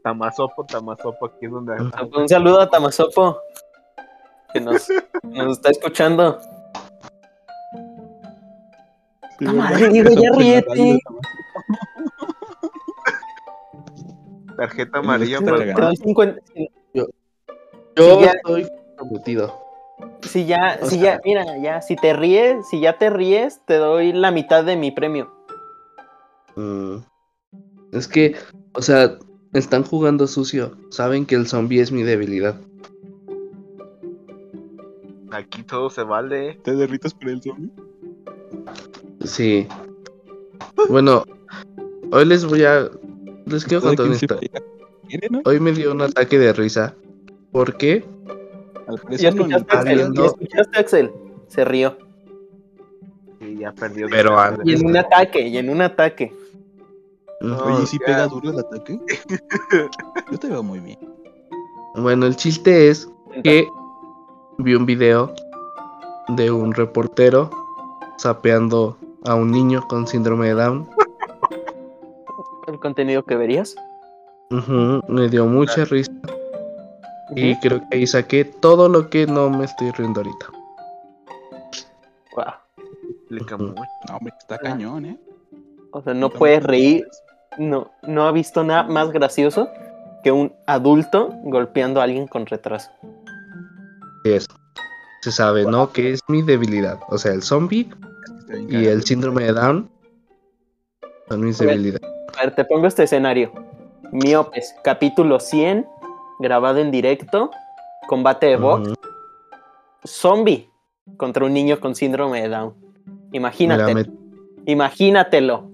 S2: Tamazopo, Tamazopo, aquí es donde.
S1: Un saludo a Tamasopo, que nos, nos está escuchando. Ah, madre, digo, ya ríete.
S2: Tarjeta
S4: El
S2: amarilla
S4: Pero-
S1: Pero
S2: para
S4: Instagram.
S1: te doy 50 si-
S3: Yo
S1: Sí, ya.
S3: estoy comprometido.
S1: si ya,
S3: O
S1: si
S3: sea-
S1: ya, mira, ya, si te ríes, si ya te ríes, te doy la mitad de mi premio.
S3: Mm. Es que, o sea, están jugando sucio. Saben que el zombie es mi debilidad.
S2: Aquí todo se vale.
S4: ¿Te derritas por el zombie?
S3: Sí. Bueno, hoy les voy a. Les quiero
S4: Cada
S3: contar
S4: quien
S3: una
S4: se
S3: historia.
S4: quiere, ¿no?
S3: Hoy me dio un ataque de risa. ¿Por qué?
S4: Al
S1: ¿Ya
S4: parecer no
S1: escuchaste,
S4: le interesa.
S1: Axel?
S3: viendo-
S1: ¿Ya escuchaste, Axel? Se rió.
S2: Y ya perdió.
S3: Pero
S2: Ya
S1: Y
S3: antes-
S1: en un ataque, y en un ataque.
S3: Ujú.
S4: Oye, ¿y si
S2: ya.
S4: pega duro el ataque? Yo te veo muy bien.
S3: Bueno, el chiste es que vi un video de un reportero sapeando a un niño con síndrome de Down.
S1: El contenido que verías.
S3: Ujú, Me dio mucha risa y creo que ahí saqué todo lo que no me estoy riendo ahorita.
S1: Guau.
S2: explica mucho.
S4: No, hombre, está cañón, ¿eh?
S1: O sea, Ah. no puedes reír. No, no ha visto nada más gracioso que un adulto golpeando a alguien con retraso.
S3: Es, se sabe, ¿no? Que es mi debilidad. O sea, el zombie
S4: Está bien
S3: y
S4: cagado.
S3: el síndrome de Down son mis
S1: A ver.
S3: debilidades.
S1: A ver, te pongo este escenario. Miopes, capítulo 100, grabado en directo, combate de box,
S3: Ujú,
S1: zombie contra un niño con síndrome de Down.
S3: me la
S1: Imagínate, imagínatelo.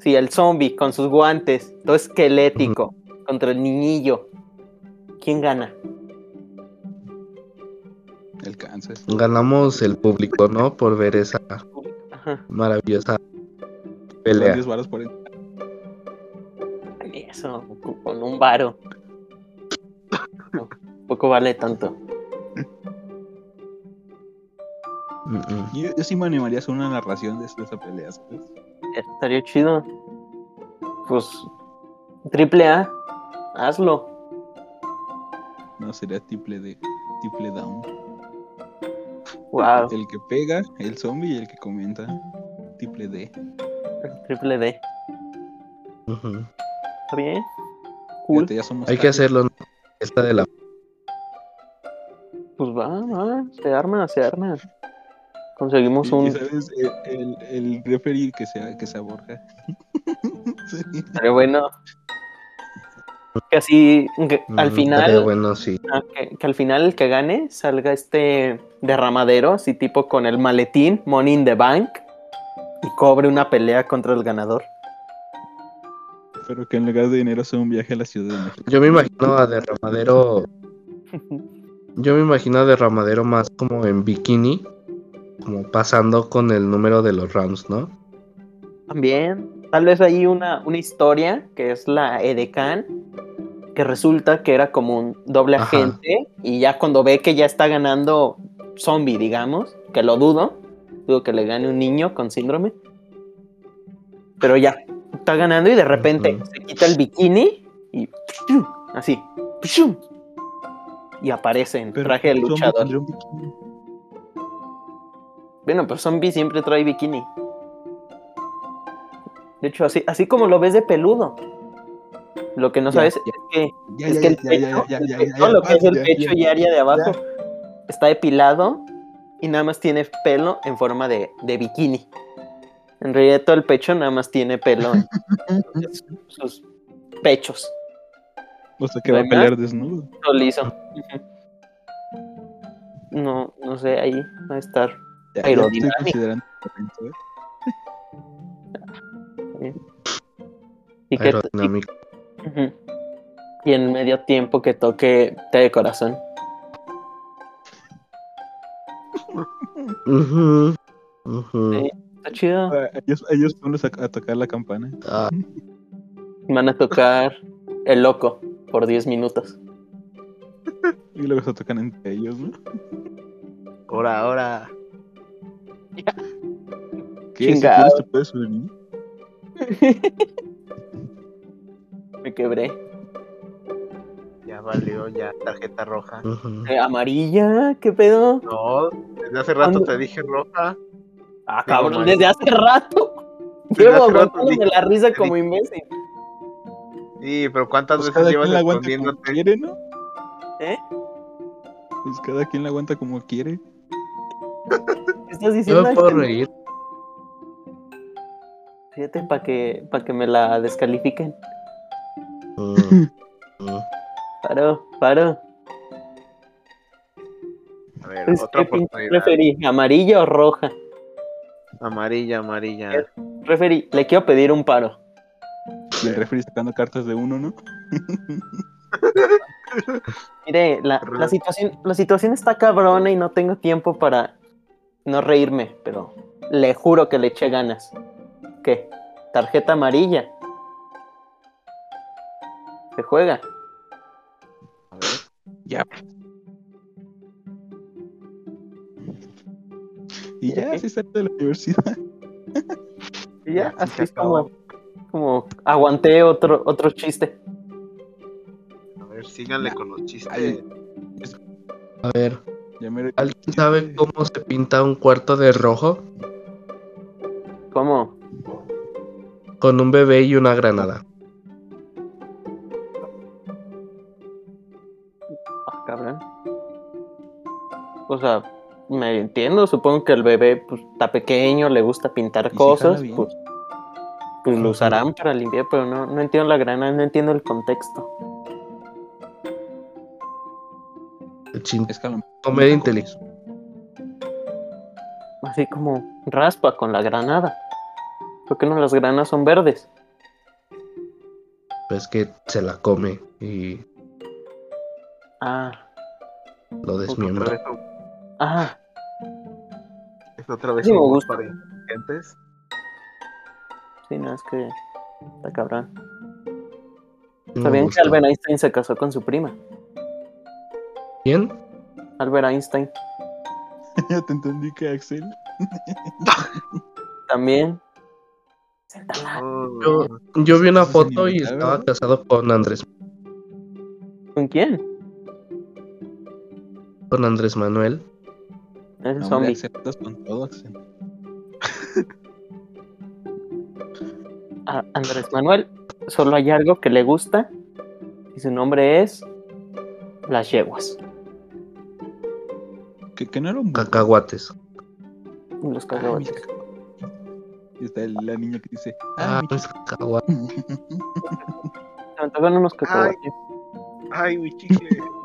S1: Si el zombie con sus guantes, todo esquelético, contra el niñillo, ¿quién gana?
S4: El cáncer.
S3: met- Ganamos el público, ¿no? Por ver esa
S1: Ajá,
S3: maravillosa
S4: Son
S3: pelea.
S4: 10 varos por el-
S1: eso, con un varo. Poco vale tanto.
S3: Mm,
S4: Yo, yo sí me animaría a hacer una narración de esta- de esa pelea, ¿sabes?
S1: Estaría chido. Pues, triple A, hazlo.
S4: No, sería triple de triple down.
S1: Wow,
S4: El que pega, el zombie y el que comenta. Triple D.
S1: triple D.
S3: mm, ujú.
S1: ¿Está bien? Cool.
S4: Fíjate, ya somos
S3: Hay que
S4: varios.
S3: hacerlo. ¿no? Esta de la. mm,
S1: Pues va, va, se arma, se arma. Conseguimos
S4: Y- y,
S1: un.
S4: sabes, eh, el, el, el referee que se, que se aborja. Sí.
S1: Pero bueno. Que así, que al
S3: Mm, estaría
S1: final,
S3: bueno, sí.
S1: ah, que, que al final el que gane salga este derramadero, así tipo con el maletín, Money in the Bank, y cobre una pelea contra el ganador.
S4: Pero que en lugar de dinero sea un viaje a la Ciudad de México.
S3: Yo me imagino a Derramadero. Yo me imagino a Derramadero más como en bikini. Como pasando con el número de los rounds, ¿no?
S1: También, tal vez hay una, una historia que es la Edecan, que resulta que era como un doble
S3: Ajá.
S1: agente y ya cuando ve que ya está ganando zombie, digamos, que lo dudo, dudo que le gane un niño con síndrome, pero ya está ganando y de repente
S3: Ujú.
S1: se quita el bikini y ¡pshum! así, ¡pshum! y aparece en
S4: Pero
S1: traje de
S4: un zombie
S1: luchador.
S4: tendría un bikini.
S1: Bueno, pero zombie siempre trae bikini. De hecho, así, así como lo ves de peludo. Lo que no
S4: Ya,
S1: sabes
S4: ya.
S1: es que,
S4: Ya,
S1: es
S4: ya,
S1: que el
S4: ya, ya,
S1: pecho,
S4: ya,
S1: el
S4: ya, ya,
S1: pecho,
S4: ya, ya,
S1: lo que es
S4: ya,
S1: el
S4: ya,
S1: pecho y
S4: ya.
S1: área de abajo, está depilado y nada más tiene pelo en forma de, de bikini. En realidad todo el pecho nada más tiene pelo. en sus pechos.
S4: O sea que va a
S1: ¿Venga?
S4: pelear desnudo.
S1: Todo liso. No, no sé, ahí va a estar.
S4: Ya, ya
S1: Aerodinámico.
S4: estoy considerando el talento, ¿eh?
S1: Y que
S3: aerodinámico.
S1: Ujú. Y en medio tiempo que toque te de corazón.
S3: Ujú, ujú.
S1: Sí. Está chido.
S4: Ah, Ellos, ellos fueron a, a tocar la campana.
S3: Ah,
S1: Van a tocar el loco por 10 minutos.
S4: Y luego se tocan entre ellos, ¿no?
S2: Ahora, ahora.
S4: ¿Qué? Si
S1: Chingado.
S4: quieres te puedes unir.
S1: Me quebré.
S2: Ya valió, ya. Tarjeta roja.
S3: ujú.
S1: Eh, ¿Amarilla? ¿Qué pedo?
S2: No, desde hace rato
S1: ¿Cuándo?
S2: te dije roja.
S1: Ah,
S2: No,
S1: cabrón,
S2: man.
S1: desde hace rato.
S2: Desde
S1: Llevo
S2: hace rato
S1: aguantándome
S2: dije-
S1: la risa como imbécil.
S2: Sí, pero ¿cuántas
S4: Pues
S2: veces
S4: cada
S2: llevas
S4: quien la aguanta como
S2: escondiéndote?
S4: quiere, ¿no?
S1: ¿Eh?
S4: Pues cada quien la aguanta como quiere.
S1: ¿Qué estás
S3: Yo
S1: diciendo? Este,
S3: me puedo reír.
S1: Fíjate para que, pa' que me la descalifiquen.
S3: Mm, mm.
S1: Paro, paro.
S2: A ver,
S1: Pues,
S2: otra
S1: ¿qué pin-
S2: oportunidad.
S1: Referí, amarilla o roja.
S2: Amarilla, amarilla.
S1: Referí, le quiero pedir un paro.
S4: Y el referee sacando cartas de uno, ¿no?
S1: Mire, la, la situación, la situación está cabrona y no tengo tiempo para no reírme, pero le juro que le eché ganas. ¿Qué? Tarjeta amarilla. Se juega.
S2: A ver.
S4: Y ya
S1: Ok.
S4: se sale de la universidad.
S1: Y ya,
S2: Ya, sí, se
S1: así es
S2: acabó.
S1: como, como aguanté otro, otro chiste.
S2: A ver, síganle con los chistes.
S4: Ay.
S3: A ver,
S4: Ya mero-
S3: ¿alguien sabe cómo se pinta un cuarto de rojo?
S1: ¿Cómo?
S3: Con un bebé y una granada.
S1: Ah, cabrón. O sea, me entiendo, supongo que el bebé pues, está pequeño, le gusta pintar
S4: si
S1: cosas,
S4: jala bien?
S1: pues, pues lo
S3: Ujú.
S1: usarán para limpiar, pero no, no entiendo la granada, no entiendo el contexto.
S3: El chin-
S4: Es calom-
S3: Comedia inteligente.
S1: Así como raspa con la granada. ¿Por qué no las granadas son verdes?
S3: Pues que se la come y
S1: Ah,
S3: lo
S2: Es
S3: desmiembra.
S2: otra vez un-
S1: ah,
S2: es otra vez
S1: Sí, me
S2: un
S1: gusta.
S2: para inteligentes.
S1: sí, no, es que está cabrón.
S3: Me
S1: ¿Sabían que
S3: gusta.
S1: Albert Einstein se casó con su prima?
S3: ¿Quién?
S1: Albert Einstein
S4: Ya te entendí que Axel.
S1: también.
S2: Oh,
S3: Yo, yo vi una
S4: Eso es
S3: foto y
S4: inevitable,
S3: estaba
S4: ¿no?
S3: casado con Andrés,
S1: ¿Con quién?
S3: con Andrés Manuel.
S1: Es el
S4: No, hombre,
S1: zombie.
S4: Axel, estás con todo, Axel.
S1: a Ah, Andrés Manuel, solo hay algo que le gusta y su nombre es Las Yeguas.
S4: Que, que no era un burro.
S3: Cacahuates.
S1: Los
S4: Ay,
S1: cacahuates.
S4: mira, cacahuate. Y está la niña que dice,
S3: Ah,
S4: ah, mi
S3: mis cacahuates.
S1: Se me antojan unos cacahuates.
S2: Oh, Ay, mi chicle.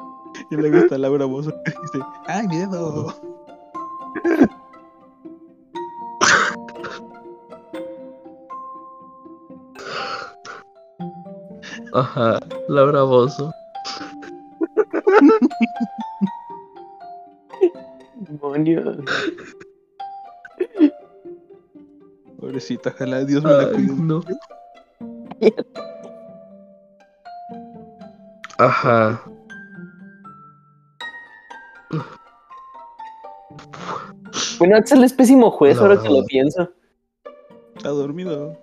S4: Y le gusta Laura Bozo y dice, ¡ay, mi dedo!
S3: Ajá, Laura Bozo.
S1: Demonios.
S4: Pobrecita, ojalá Dios me la
S3: Ay,
S4: cuide.
S3: no. Ajá.
S1: Bueno, Axel es pésimo juez,
S3: La
S1: ahora que lo
S3: verdad.
S1: pienso.
S4: Está dormido.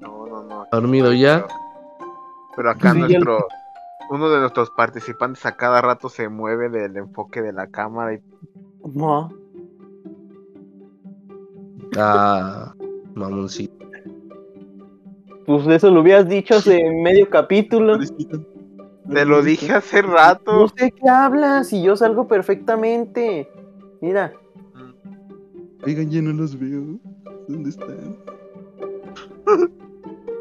S2: No, no, no.
S3: ¿Dormido ya?
S2: Pero acá
S1: Sí, ya-
S2: nuestro. Uno de nuestros participantes a cada rato se mueve del enfoque de la cámara y
S1: No.
S3: Ah, mamoncito.
S1: Pues eso lo hubieras dicho hace medio capítulo.
S4: Pobrecita.
S2: Te lo dije hace rato.
S1: No sé qué hablas y yo salgo perfectamente. Mira,
S4: Oigan, ya no los veo. ¿Dónde están?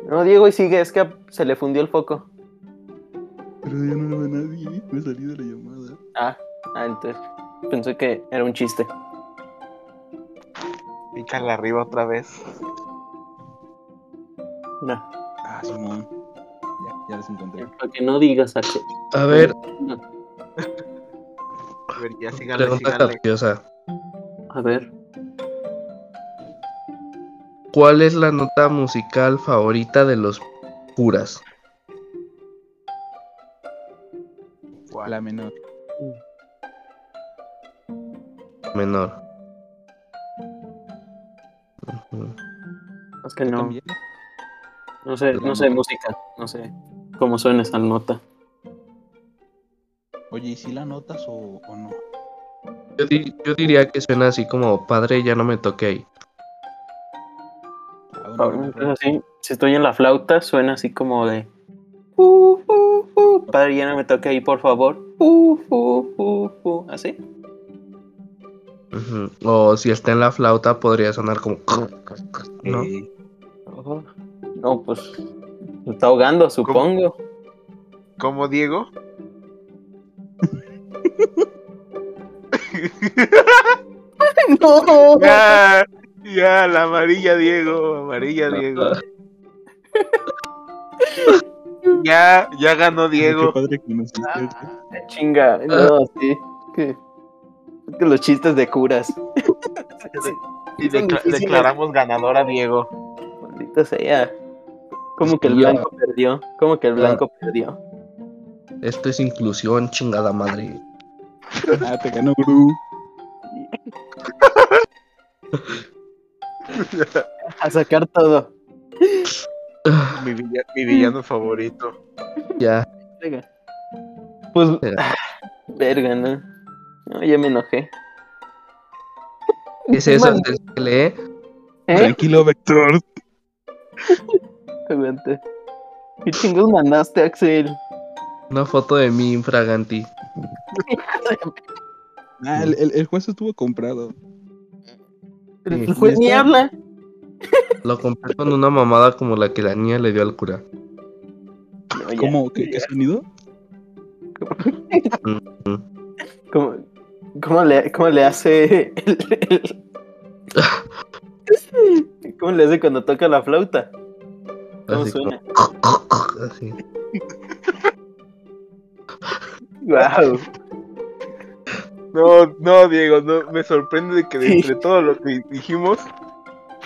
S1: No, Diego, y sigue, es que se le fundió el foco.
S4: Pero yo no veo a nadie. Me salí de la llamada.
S1: Ah, ah, entonces pensé que era un chiste.
S2: Pícale arriba otra vez.
S1: No,
S4: Ah, Simón. Ya, ya los encontré.
S1: para que no digas a qué.
S3: A ver,
S2: A ver, ya síganle,
S3: pregunta
S2: síganle.
S3: capciosa.
S1: A ver.
S3: ¿Cuál es la nota musical favorita de los curas?
S2: ¿Cuál?
S4: La menor.
S3: Menor. Ujú.
S1: Es que no,
S4: También.
S1: no sé, no sé música, no sé cómo suena esa nota.
S4: Oye, ¿y si la notas o, o no?
S3: Yo, di- yo diría que suena así como, padre, ya no me toqué.
S4: Ah,
S1: Pa-
S4: bueno,
S1: entonces, así, si estoy en la flauta, suena así como de. "Fu, fu, fu". Padre, ya no me toque ahí, por favor. ¿Ah, "Fu, fu, fu, fu". ¿Así?
S3: Ujú. O si está en la flauta podría sonar como... ¿no?
S4: eh,
S1: Ojo. No, pues. Me está ahogando, supongo.
S2: ¿Cómo, Diego?
S1: No.
S2: Ya, ya, la amarilla, Diego. Amarilla, Diego. Ya, ya ganó Diego.
S4: Qué padre que nos
S1: Chinga, no, sí. Que, que los chistes de curas.
S2: Y
S1: Son
S2: decla-
S1: difíciles.
S2: declaramos ganador a Diego.
S1: Maldita sea. Como que el
S3: Ya.
S1: blanco perdió. Como que el
S3: Ya.
S1: blanco perdió.
S3: Esto es inclusión, chingada madre.
S4: Ah, te ganó Gru.
S1: A sacar todo.
S2: Mi, villa- mi villano favorito.
S3: Ya,
S1: Verga. Pues.
S3: Pero-
S1: ah, Verga, ¿no? No, ya me enojé.
S3: ¿qué es eso?
S1: Man-
S3: ¿Se lee?
S1: ¿Eh?
S4: Tranquilo, Vector.
S1: Aguante. ¿Qué chingos mandaste, Axel?
S3: Una foto de mí infraganti.
S4: Ah, el, el, el juez estuvo comprado.
S1: El juez Pues ni
S4: ¿Neta?
S1: habla.
S3: Lo compré con una mamada como la que la niña le dio al cura.
S1: No, ya.
S4: ¿Cómo? ¿Qué, qué sonido?
S1: ¿Cómo, cómo le, cómo le hace el- el- ¿Cómo le hace cuando toca la flauta? ¿Cómo
S3: Así
S1: suena?
S3: como- así.
S1: ¡Wow!
S2: No, no, Diego, no, me sorprende de que de entre todo lo que dijimos,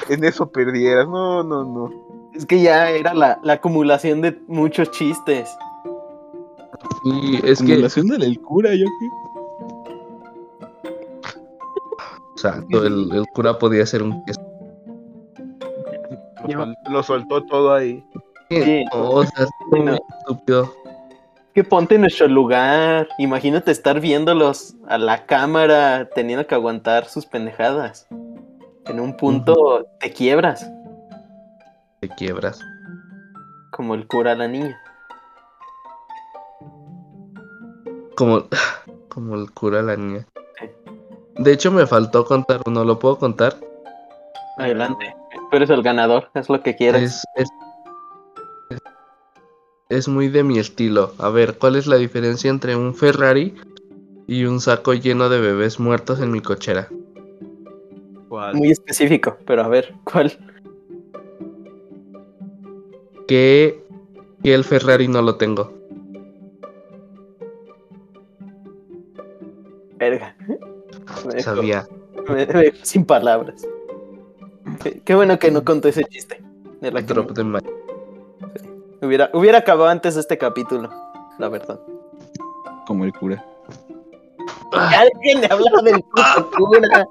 S2: en eso perdieras. No, no, no.
S1: Es que ya era la, la acumulación de muchos chistes.
S3: Y es que...
S4: Simulación de la cura, yo qué.
S3: Exacto, el, el cura podía ser un... queso.
S2: Lo, sol- lo soltó todo ahí.
S1: Sí.
S3: No, o sea, es muy
S1: No.
S3: estúpido.
S1: Que ponte en nuestro lugar. Imagínate estar viéndolos a la cámara teniendo que aguantar sus pendejadas. En un punto te quiebras,
S3: Te quiebras.
S1: como el cura a la niña.
S3: Como, como el cura a la niña. De hecho, me faltó contar uno. ¿Lo puedo contar?
S1: Adelante. Tú eres el ganador, haz lo que quieras.
S3: Es, es, es muy de mi estilo. A ver, ¿cuál es la diferencia entre un Ferrari y un saco lleno de bebés muertos en mi cochera?
S2: ¿Cuál?
S1: Muy específico, pero a ver, ¿cuál?
S3: Que, que el Ferrari no lo tengo.
S1: Verga. Me dejó-
S3: Sabía.
S1: me dejó sin palabras. Qué, qué bueno que no conté ese chiste. De la que
S3: Drop the mic.
S1: me- hubiera, hubiera acabado antes de este capítulo, la verdad.
S4: Como el cura.
S1: Ya dejen de hablar del puto cura.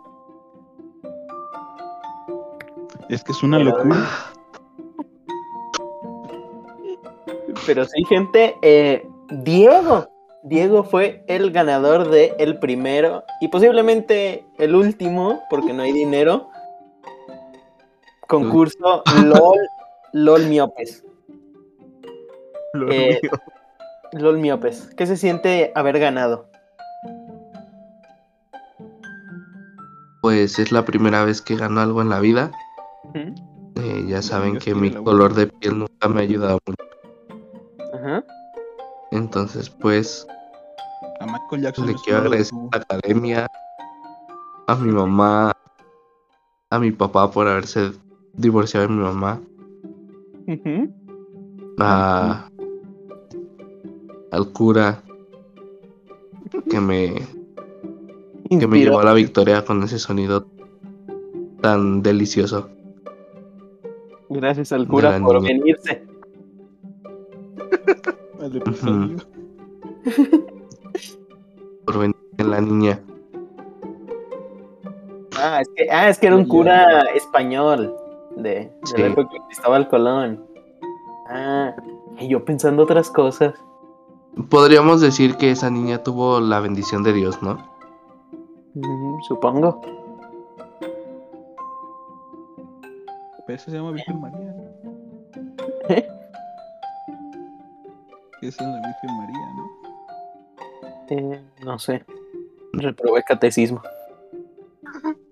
S4: Es que es una
S1: Pero-
S4: locura.
S1: Pero sí, gente, eh, Diego. Diego fue el ganador de el primero y posiblemente el último, porque no hay dinero. Concurso LOL, LOL Miopes.
S2: Lo
S1: Eh,
S2: mío.
S1: LOL Miopes. ¿Qué se siente haber ganado?
S3: Pues es la primera vez que gano algo en la vida.
S1: Ujú.
S3: Eh, ya saben
S4: Dios
S3: que
S4: tiene
S3: mi
S4: la
S3: color de piel nunca me ha ayudado mucho.
S1: Ajá.
S3: Entonces, pues,
S4: A Michael Jackson.
S3: le
S4: es
S3: quiero
S4: uno de
S3: agradecer
S4: tu-
S3: a la academia, a mi mamá, a mi papá por haberse divorciado de mi mamá,
S1: Ujú.
S3: a, al cura que me, que me
S1: Inspiró.
S3: llevó a la victoria con ese sonido tan delicioso.
S1: Gracias al
S3: de
S1: cura
S3: la
S1: por
S3: niña.
S1: venirse.
S4: al episodio.
S3: por venir en la niña.
S1: Ah, es que, ah, es que era un cura español de, de la
S3: Sí.
S1: época de Cristóbal Colón. Ah, y yo pensando otras cosas.
S3: Podríamos decir que esa niña tuvo la bendición de Dios, ¿no?
S1: Ujú, mm, Supongo.
S4: Pero eso se llama Virgen María.
S1: ¿Eh?
S4: Esa es la Virgen María, ¿no?
S1: Eh, no sé. Reprobé catecismo.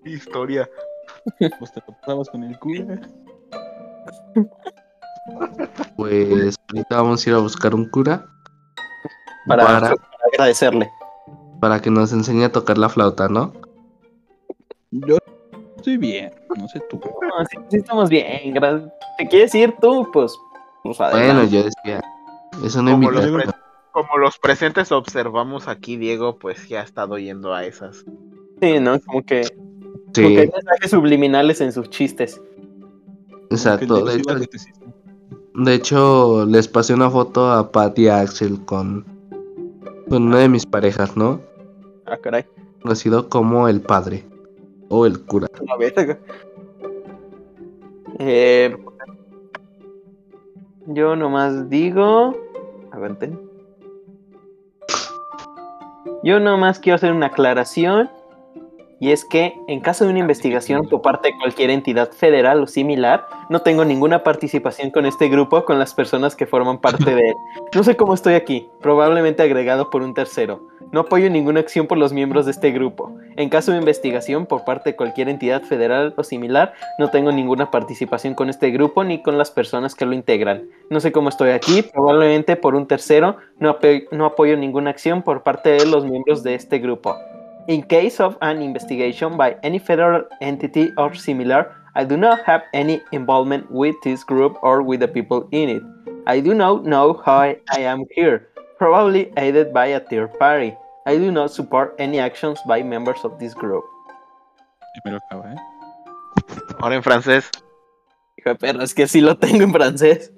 S2: Historia.
S4: Vos Pues te topabas con el cura.
S3: Pues ahorita vamos a ir a buscar un cura
S1: Para,
S3: para,
S1: agradecerle.
S3: para que nos enseñe a tocar la flauta, ¿no?
S4: Yo estoy bien, no sé tú.
S1: No, sí, sí estamos bien. gra- ¿Te quieres ir tú? Pues, pues
S3: Bueno,
S1: adelante.
S3: yo decía, es una
S2: Como los,
S3: invitación.
S2: pre- como los presentes observamos aquí, Diego, pues ya ha estado yendo a esas.
S1: Sí, ¿no? Como que, como que hay
S3: Sí,
S1: mensajes subliminales en sus chistes.
S3: exacto.
S4: Porque
S3: De
S4: el Diego
S3: hecho,
S4: sí va a catecismo.
S3: de hecho, les pasé una foto a Pat y a Axel con, con una de mis parejas, ¿no?
S1: Ah, caray.
S3: Conocido como el padre o el cura.
S1: La verga. Eh, yo nomás digo. Aguanten. Yo nomás quiero hacer una aclaración. Y es que en caso de una investigación por parte de cualquier entidad federal o similar, no tengo ninguna participación con este grupo o con las personas que forman parte de él. No sé cómo estoy aquí, probablemente agregado por un tercero. No apoyo ninguna acción por los miembros de este grupo. En caso de investigación por parte de cualquier entidad federal o similar, no tengo ninguna participación con este grupo ni con las personas que lo integran. No sé cómo estoy aquí, probablemente por un tercero, no, ape- no apoyo ninguna acción por parte de los miembros de este grupo. In case of an investigation by any federal entity or similar, I do not have any involvement with this group or with the people in it. I do not know how I- I am here probably aided by a third party. I do not support any actions by members of this group.
S4: Primero acaba, ¿eh?
S2: Ahora en francés.
S1: Hijo de perra, es que sí lo tengo en francés.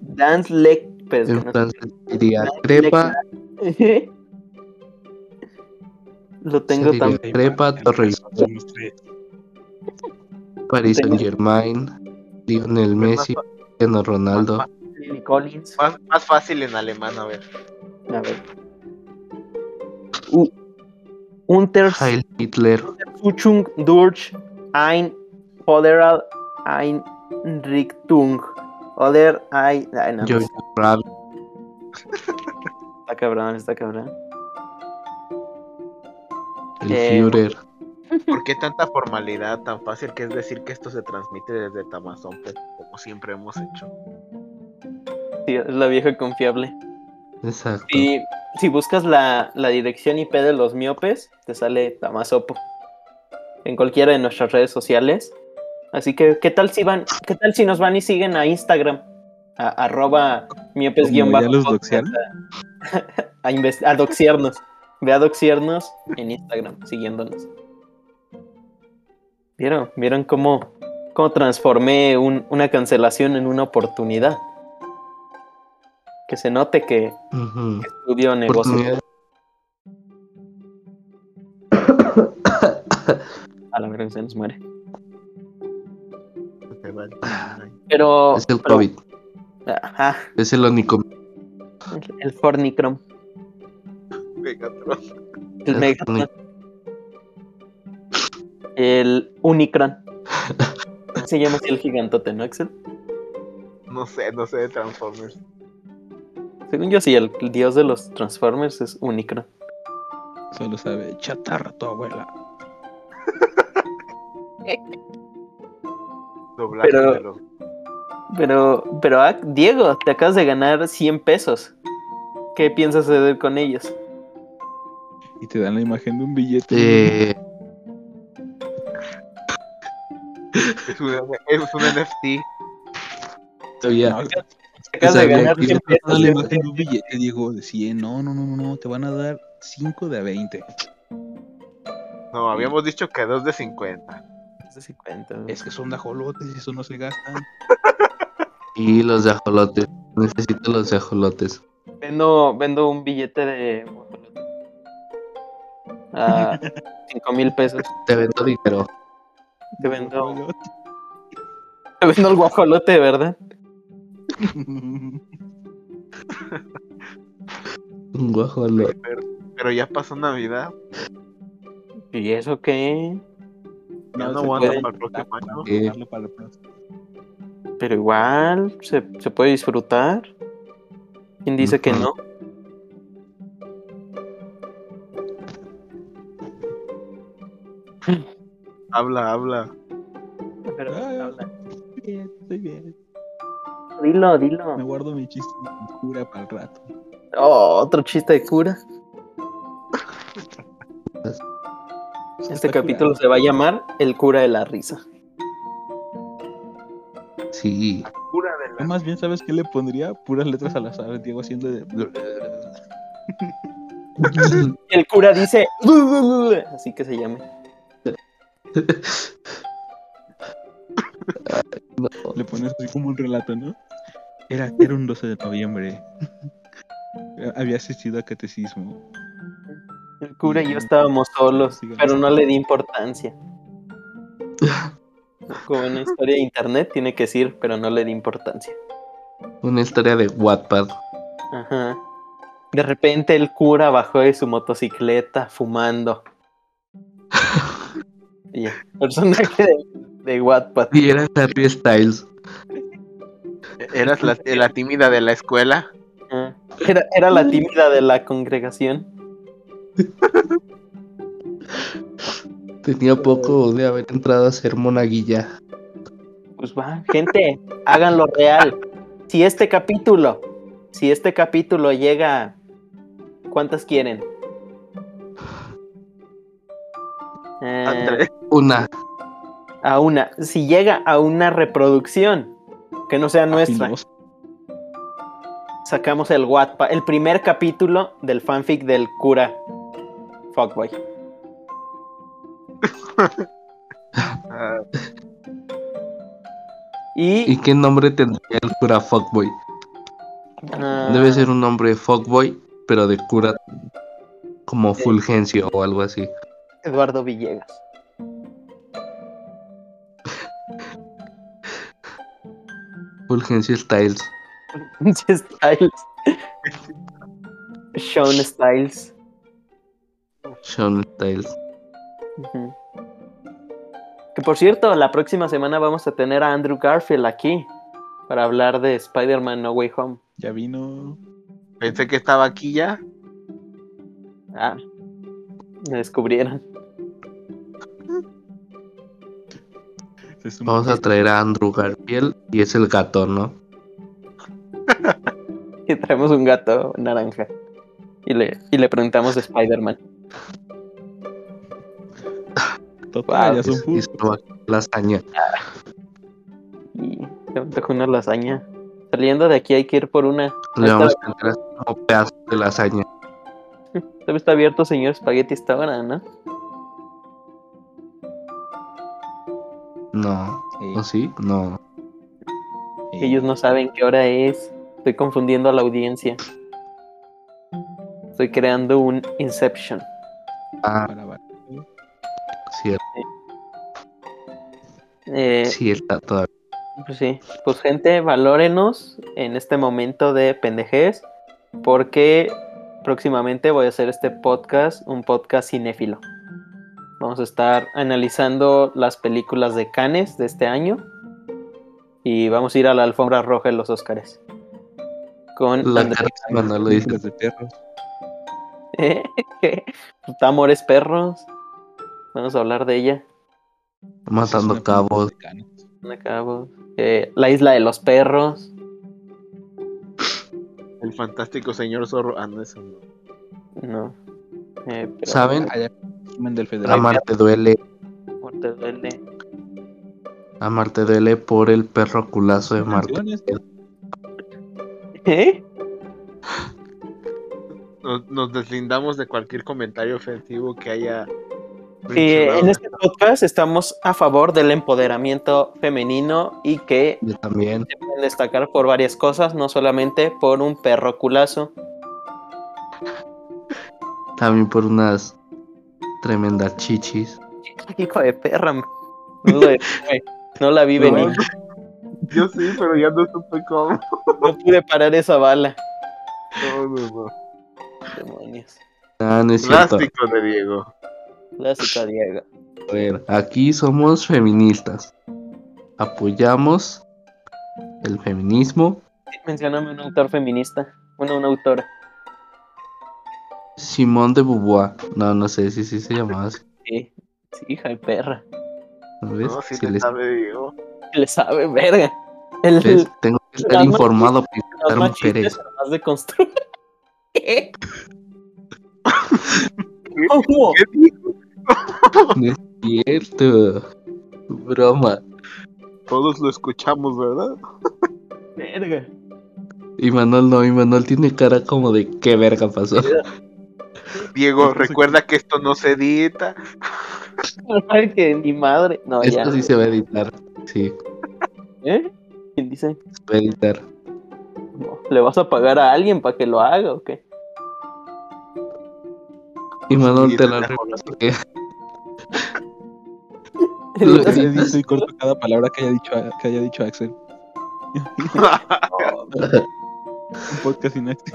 S1: Dance leg, pero es que no-
S3: Entonces diría crepa,
S1: lo
S3: se
S1: tengo
S3: diría
S1: también.
S3: crepa, Torre Eiffel,
S4: Somos tres.
S3: Paris
S1: Tengo-
S3: Saint Germain, Lionel Messi, Cristiano Ronaldo.
S1: Lily Collins.
S2: Más, más fácil en alemán, a ver.
S1: A ver. U- Unters-
S3: Heil Hitler,
S1: Untersuchung durch ein Poderal Einrichtung. Oder ein. Ay, no,
S3: Jojo Rabbit,
S1: Está cabrón, está cabrón.
S3: el
S1: Eh,
S3: Führer.
S2: ¿Por qué tanta formalidad tan fácil que es decir que esto se transmite desde Tamazón, pues, como siempre hemos hecho?
S1: Sí, es la vieja confiable.
S3: Exacto.
S1: Y si buscas la, la dirección IP de los miopes, te sale Tamasopo. En cualquiera de nuestras redes sociales. Así que, ¿qué tal si van, qué tal si nos van y siguen a Instagram? A, arroba miopes guión
S4: Como ya
S1: bajo
S4: los
S1: podcast,
S4: doxearon.
S1: A, a inves- a doxiarnos. Ve a doxiarnos en Instagram, siguiéndonos. ¿Vieron? ¿Vieron cómo, cómo transformé un- una cancelación en una oportunidad? Que se note que,
S3: Ujú.
S1: estudio negocios.
S3: Oportunidad.
S1: A la verga se nos muere.
S2: Te vale. Ay.
S1: Pero.
S3: Es el
S1: pero-
S3: COVID.
S1: Ajá,
S3: Es el único.
S1: el- el Fornicrom.
S2: Megatron.
S1: El
S3: El
S1: Megatron. El Unicron. Se llama así el gigantote, ¿no, Axel?
S2: No sé, no sé de Transformers.
S1: Según yo, sí, el, el dios de los Transformers es Unicron.
S4: Solo sabe chatarra tu abuela.
S2: Doblaje
S1: Pero-
S2: de lo-
S1: Pero, pero ah, Diego, te acabas de ganar 100 pesos. ¿Qué piensas hacer con ellos?
S4: Y te dan la imagen de un billete.
S3: Eh,
S2: Es un, es un NFT.
S3: todavía-
S4: No, te
S1: Te acabas de
S3: Exacto,
S1: ganar
S3: aquí
S1: 100
S3: le
S4: dan
S1: pesos.
S4: la imagen de un billete, Diego, de 100. No, no, no, no, no, te van a dar 5 de a 20.
S2: No, habíamos dicho que dos de 50.
S1: de 50, güey.
S4: Es que son de ajolotes y eso no se gastan.
S3: Y los de ajolotes. Necesito los de ajolotes.
S1: Vendo, vendo un billete de. A 5 mil pesos.
S3: Te vendo dinero.
S1: Te vendo, te vendo el guajolote, ¿verdad?
S3: Un guajolote.
S2: Pero ya pasó Navidad.
S1: ¿Y eso qué?
S2: Ya
S4: No,
S2: no,
S4: se
S2: aguanta
S1: puede.
S2: para el próximo año.
S3: Eh,
S4: Guardarlo para la próxima.
S1: Pero igual, se, se puede disfrutar. ¿Quién dice que no?
S2: Habla, habla.
S1: Pero, habla.
S4: Estoy bien, estoy bien.
S1: dilo,
S4: Me
S1: dilo.
S4: guardo mi chiste de cura para el rato.
S1: Oh, otro chiste de cura. Este
S2: Este
S4: Está
S1: capítulo
S4: curado.
S1: se va a llamar El cura de la risa.
S3: sí.
S2: Cura de
S4: Yo
S2: la.
S4: más bien, ¿sabes qué le pondría? Puras letras al azar, Diego haciendo de...
S1: El cura dice. Así que se llame.
S3: No.
S4: Le pones así como un relato, ¿no? Era, era un 12 de noviembre. Había asistido a catecismo.
S1: El cura y yo estábamos solos, pero no le di importancia. Como una historia de internet tiene que decir, pero no le di importancia.
S3: Una historia de Wattpad.
S1: Ajá. De repente el cura bajó de su motocicleta fumando. Y ya, personaje de, de Wattpad.
S3: Y era Harry Styles.
S2: E-, Eras la, la tímida de la escuela.
S1: Ajá. Era, era la tímida de la congregación.
S3: Tenía poco de haber entrado a ser monaguilla.
S1: Pues va, gente, háganlo real. Si este capítulo, si este capítulo llega, a- ¿cuántas quieren? Eh,
S2: Andrés,
S3: Una.
S1: a una. Si llega a una reproducción que no sea nuestra,
S4: Afiloso.
S1: sacamos el Wattpad, el primer capítulo del fanfic del cura Fuckboy.
S2: ah,
S1: Y,
S3: ¿Y qué nombre tendría el cura Fuckboy?
S1: ah,
S3: Debe ser un nombre Fuckboy, pero de cura como Fulgencio o algo así.
S1: Eduardo Villegas.
S3: Fulgencio Styles.
S1: Styles. Sean Styles.
S3: Sean Styles.
S1: Ujú. Que por cierto, la próxima semana vamos a tener a Andrew Garfield aquí para hablar de Spider-Man No Way Home.
S4: Ya vino...
S2: pensé que estaba aquí ya.
S1: Ah, me descubrieron.
S4: se sumó.
S3: Vamos a traer a Andrew Garfield y es el gato, ¿no?
S1: Y traemos un gato naranja. Y le, y le preguntamos de Spider-Man.
S4: Total,
S1: Wow,
S4: ya
S3: Y,
S4: son
S3: y
S4: puros.
S3: se va a lasaña.
S1: Y te antoja una lasaña. Saliendo de aquí hay que ir por una.
S3: Le
S1: Ahí
S3: vamos
S1: está,
S3: a tener así como pedazos de lasaña.
S1: todavía está abierto, señor Spaghetti, esta hora, ¿no?
S3: No.
S4: Sí.
S3: ¿O sí? No.
S4: Sí.
S1: Ellos no saben qué hora es. Estoy confundiendo a la audiencia. Estoy creando un Inception.
S3: Ah,
S4: Para- para-
S3: cierto.
S1: Eh,
S3: Sí, está todavía.
S1: Pues sí, pues gente, valórenos en este momento de pendejez, porque próximamente voy a hacer este podcast, un podcast cinéfilo. Vamos a estar analizando las películas de Cannes de este año y vamos a ir a la alfombra roja de los Óscares. Con
S3: La
S1: Andrés-
S3: cara de Manolo dice,
S4: películas de perros.
S1: Está Amores Perros. Vamos a hablar de ella.
S3: matando
S4: Es una película
S3: cabos.
S4: de canas.
S1: Acabo. Eh, la isla de los perros.
S2: El fantástico señor zorro. Ah, no, eso no.
S1: No. Eh, pero-
S3: ¿Saben?
S4: Crimen del Federal.
S3: Amar te duele.
S1: Muerte duele.
S3: Amar te duele por el perro culazo
S4: ¿Ah,
S3: de Marte.
S4: Canciones,
S1: ¿Eh?
S2: Nos, nos deslindamos de cualquier comentario ofensivo que haya.
S1: Eh,
S2: mencionado.
S1: en este podcast estamos a favor del empoderamiento femenino y que
S3: Yo también.
S1: se pueden destacar por varias cosas, no solamente por un perro culazo.
S3: También por unas tremendas chichis.
S1: Hijo de perra. m- No, lo detuve, no la vi
S2: No,
S1: venir.
S2: Yo sí, pero ya no supe cómo.
S1: No pude parar esa bala.
S2: No, no, no.
S1: Demonios.
S3: Ah, no es cierto.
S2: Plástico de Diego.
S1: Clásica Diego.
S3: A ver, aquí somos feministas. Apoyamos el feminismo.
S1: Mencioname un autor feminista. Bueno, una autora.
S3: Simón de Beauvoir. No, no sé si sí se llamaba así.
S1: Sí. Sí, hija de perra.
S3: ¿No ves?
S2: No, sí
S3: Si
S2: le
S3: les-
S2: sabe Diego.
S1: Le sabe, verga. El,
S3: ¿ves? Tengo que
S1: las
S3: estar
S1: más-
S3: informado para
S1: los
S3: encontrar
S1: más chistes
S3: mujeres.
S1: son más de construir. ¿Cómo?
S2: ¿Qué dijo?
S3: No es pues, cierto. Broma.
S2: Todos lo escuchamos, ¿verdad?
S1: Verga.
S3: Y Manuel no, y Manuel tiene cara como de qué verga pasó.
S2: Diego, recuerda que esto no se edita.
S1: Ay, que ni madre. No, ya.
S3: Esto sí se va a editar. Sí,
S1: ¿Eh? ¿Quién dice?
S3: se va a editar.
S1: No, ¿Le vas a pagar a alguien para que lo haga o qué?
S3: Y Manuel
S2: Sí,
S3: te
S2: te
S3: lo
S2: la
S3: arreglo porque
S4: lo
S1: Entonces,
S4: edito y corto cada palabra que haya dicho, que haya dicho Axel.
S1: no,
S4: Un podcast sin Axel.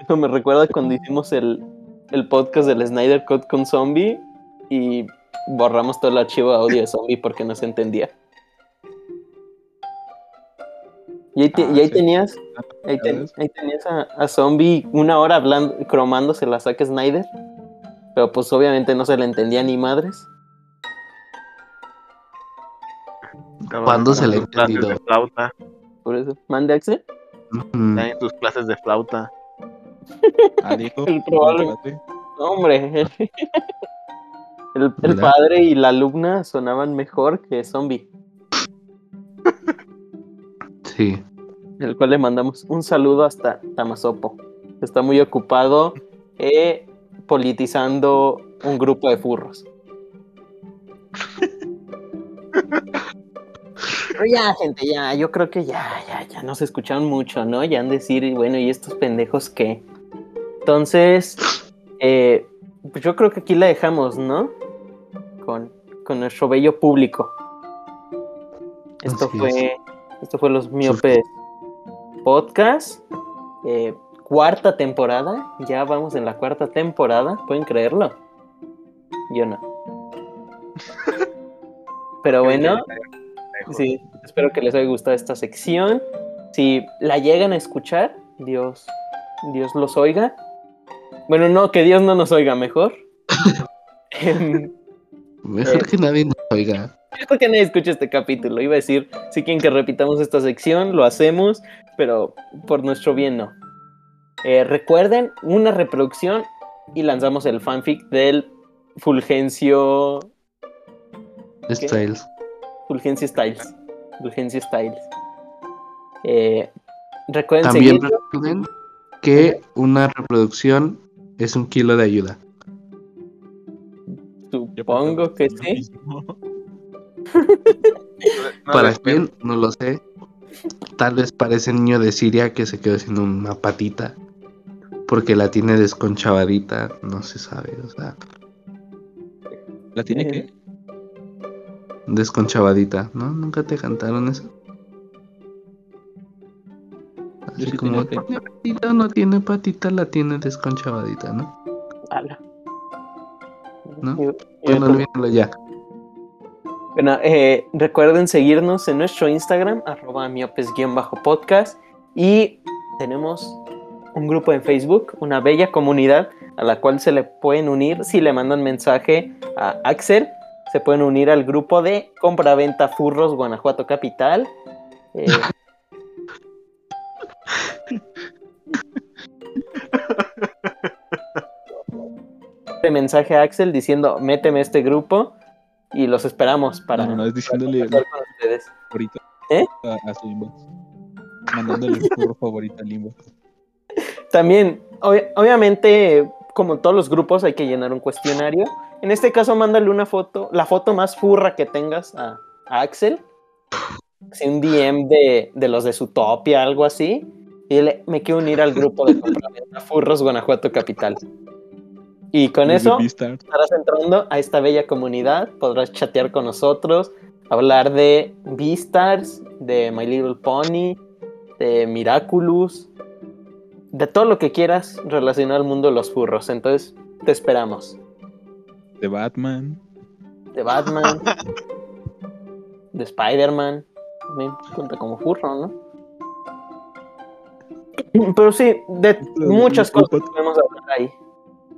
S1: Eso me recuerda cuando hicimos el, el podcast del Snyder Cut con Zombie y borramos todo el archivo de audio de Zombie porque no se entendía. Y ahí, te-
S4: Ah,
S1: y ahí
S4: sí.
S1: tenías, ahí, te- ahí tenías a, a Zombie una hora hablando, cromándose la saca Snyder, pero pues obviamente no se le entendía ni madres.
S3: ¿Cuándo se le
S2: Estaban en tus clases
S3: entendió?
S2: de flauta.
S1: Por eso, mande Axel.
S3: mm,
S2: Están en tus clases de flauta.
S4: Ah, Diego,
S1: El probable. No, hombre. El, el
S3: ¿Verdad?
S1: padre y la alumna sonaban mejor que Zombie.
S3: sí.
S1: el cual le mandamos un saludo hasta Tamasopo. Está muy ocupado eh, politizando un grupo de furros. Pero ya, gente, ya, yo creo que ya, ya, ya nos escucharon mucho, ¿no? Ya han de decir, y bueno, ¿y estos pendejos qué? Entonces, eh, pues yo creo que aquí la dejamos, ¿no? Con, con nuestro bello público. Esto
S3: Así
S1: fue,
S3: es.
S1: esto fue los miopes podcast. eh, cuarta temporada. Ya vamos en la cuarta temporada. ¿Pueden creerlo? Yo no. Pero bueno, sí, espero que les haya gustado esta sección. Si la llegan a escuchar, Dios, Dios los oiga. Bueno, no, que Dios no nos oiga mejor. Em,
S3: Mejor que nadie nos oiga.
S1: yo creo que nadie escucha este capítulo. Iba a decir, si quieren que repitamos esta sección, lo hacemos, pero por nuestro bien no. Eh, recuerden, una reproducción y lanzamos el fanfic del Fulgencio.
S3: Styles.
S1: Fulgencio Styles. Fulgencio Styles. Eh, recuerden
S3: También
S1: seguirnos.
S3: recuerden que una reproducción es un kilo de ayuda.
S1: Supongo que sí.
S2: No,
S3: ¿Para
S2: respeto.
S3: quién? No lo sé. Tal vez para ese niño de Siria que se quedó sin una patita. Porque la tiene desconchavadita. No se sabe. O sea,
S4: ¿La tiene que?
S3: desconchavadita. ¿No? ¿Nunca te cantaron eso? Así
S4: sí
S3: como,
S4: tenía
S3: ¿tiene patita o no tiene patita? La tiene desconchavadita, ¿no?
S1: Ala.
S3: ¿No?
S1: Yo- yo
S3: Bueno,
S1: creo-
S3: olvídalo ya.
S1: Bueno, eh, recuerden seguirnos en nuestro Instagram, arroba miopes-podcast. Y tenemos un grupo en Facebook, una bella comunidad a la cual se le pueden unir si le mandan mensaje a Axel. se pueden unir al grupo de compra-venta Furros Guanajuato Capital. Eh, de mensaje a Axel diciendo méteme a este grupo y los esperamos para
S4: No, no, es diciéndole
S1: conversar con ustedes.
S4: favorito
S1: ¿Eh?
S4: a, a su inbox. Mandándole el curro favorito al inbox.
S1: También, ob- obviamente, como todos los grupos, hay que llenar un cuestionario. En este caso, mándale una foto, la foto más furra que tengas a, a Axel. Si un DM de, de los de Zootopia, algo así. Y dile, me quiero unir al grupo de compraventa Furros Guanajuato Capital. Y con
S4: Desde
S1: eso
S4: Beastars.
S1: estarás entrando a esta bella comunidad, podrás chatear con nosotros, hablar de Beastars, de My Little Pony, de Miraculous, de todo lo que quieras relacionado al mundo de los furros. Entonces, te esperamos.
S4: de Batman.
S1: De Batman, de Spider-Man, también cuenta como furro, ¿no? Pero sí, de muchas cosas que podemos hablar ahí.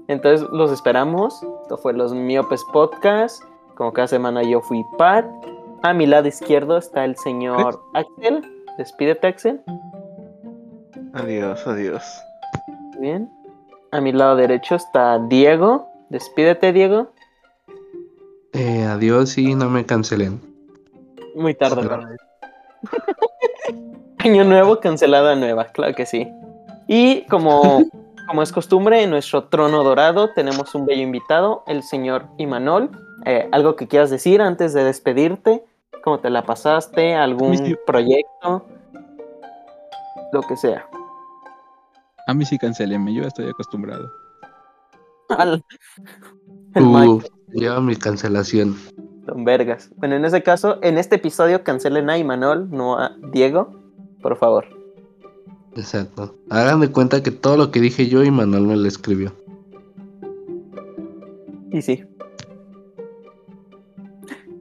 S1: Entonces los esperamos. Esto fue los Miopes Podcast. Como cada semana yo fui Pat. A mi lado izquierdo está el señor Axel. Despídete, Axel.
S2: Adiós, adiós.
S1: Muy Bien. A mi lado derecho está Diego. Despídete, Diego.
S3: Eh, adiós y no me cancelen.
S1: Muy tarde. para mí. Año nuevo, cancelada nueva, claro que sí. Y como, como es costumbre, en nuestro trono dorado tenemos un bello invitado, el señor Imanol. Eh, ¿Algo que quieras decir antes de despedirte? ¿Cómo te la pasaste? ¿Algún
S4: Mis tío-
S1: proyecto? Lo que sea.
S4: A mí sí cancelenme, yo ya estoy acostumbrado.
S1: Al- el
S3: Uh,
S1: Mike,
S3: lleva mi cancelación.
S1: don Vergas. Bueno, en ese caso, en este episodio cancelen a Imanol, no a Diego, por favor.
S3: Exacto. Hagan de cuenta que todo lo que dije yo y Manuel me lo escribió.
S1: Y sí.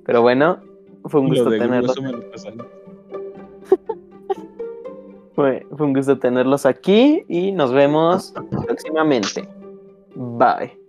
S1: Pero bueno, fue un gusto
S4: Lo de
S1: tenerlos.
S4: grueso me lo pasaron.
S1: Fue, fue un gusto tenerlos aquí y nos vemos próximamente. Bye.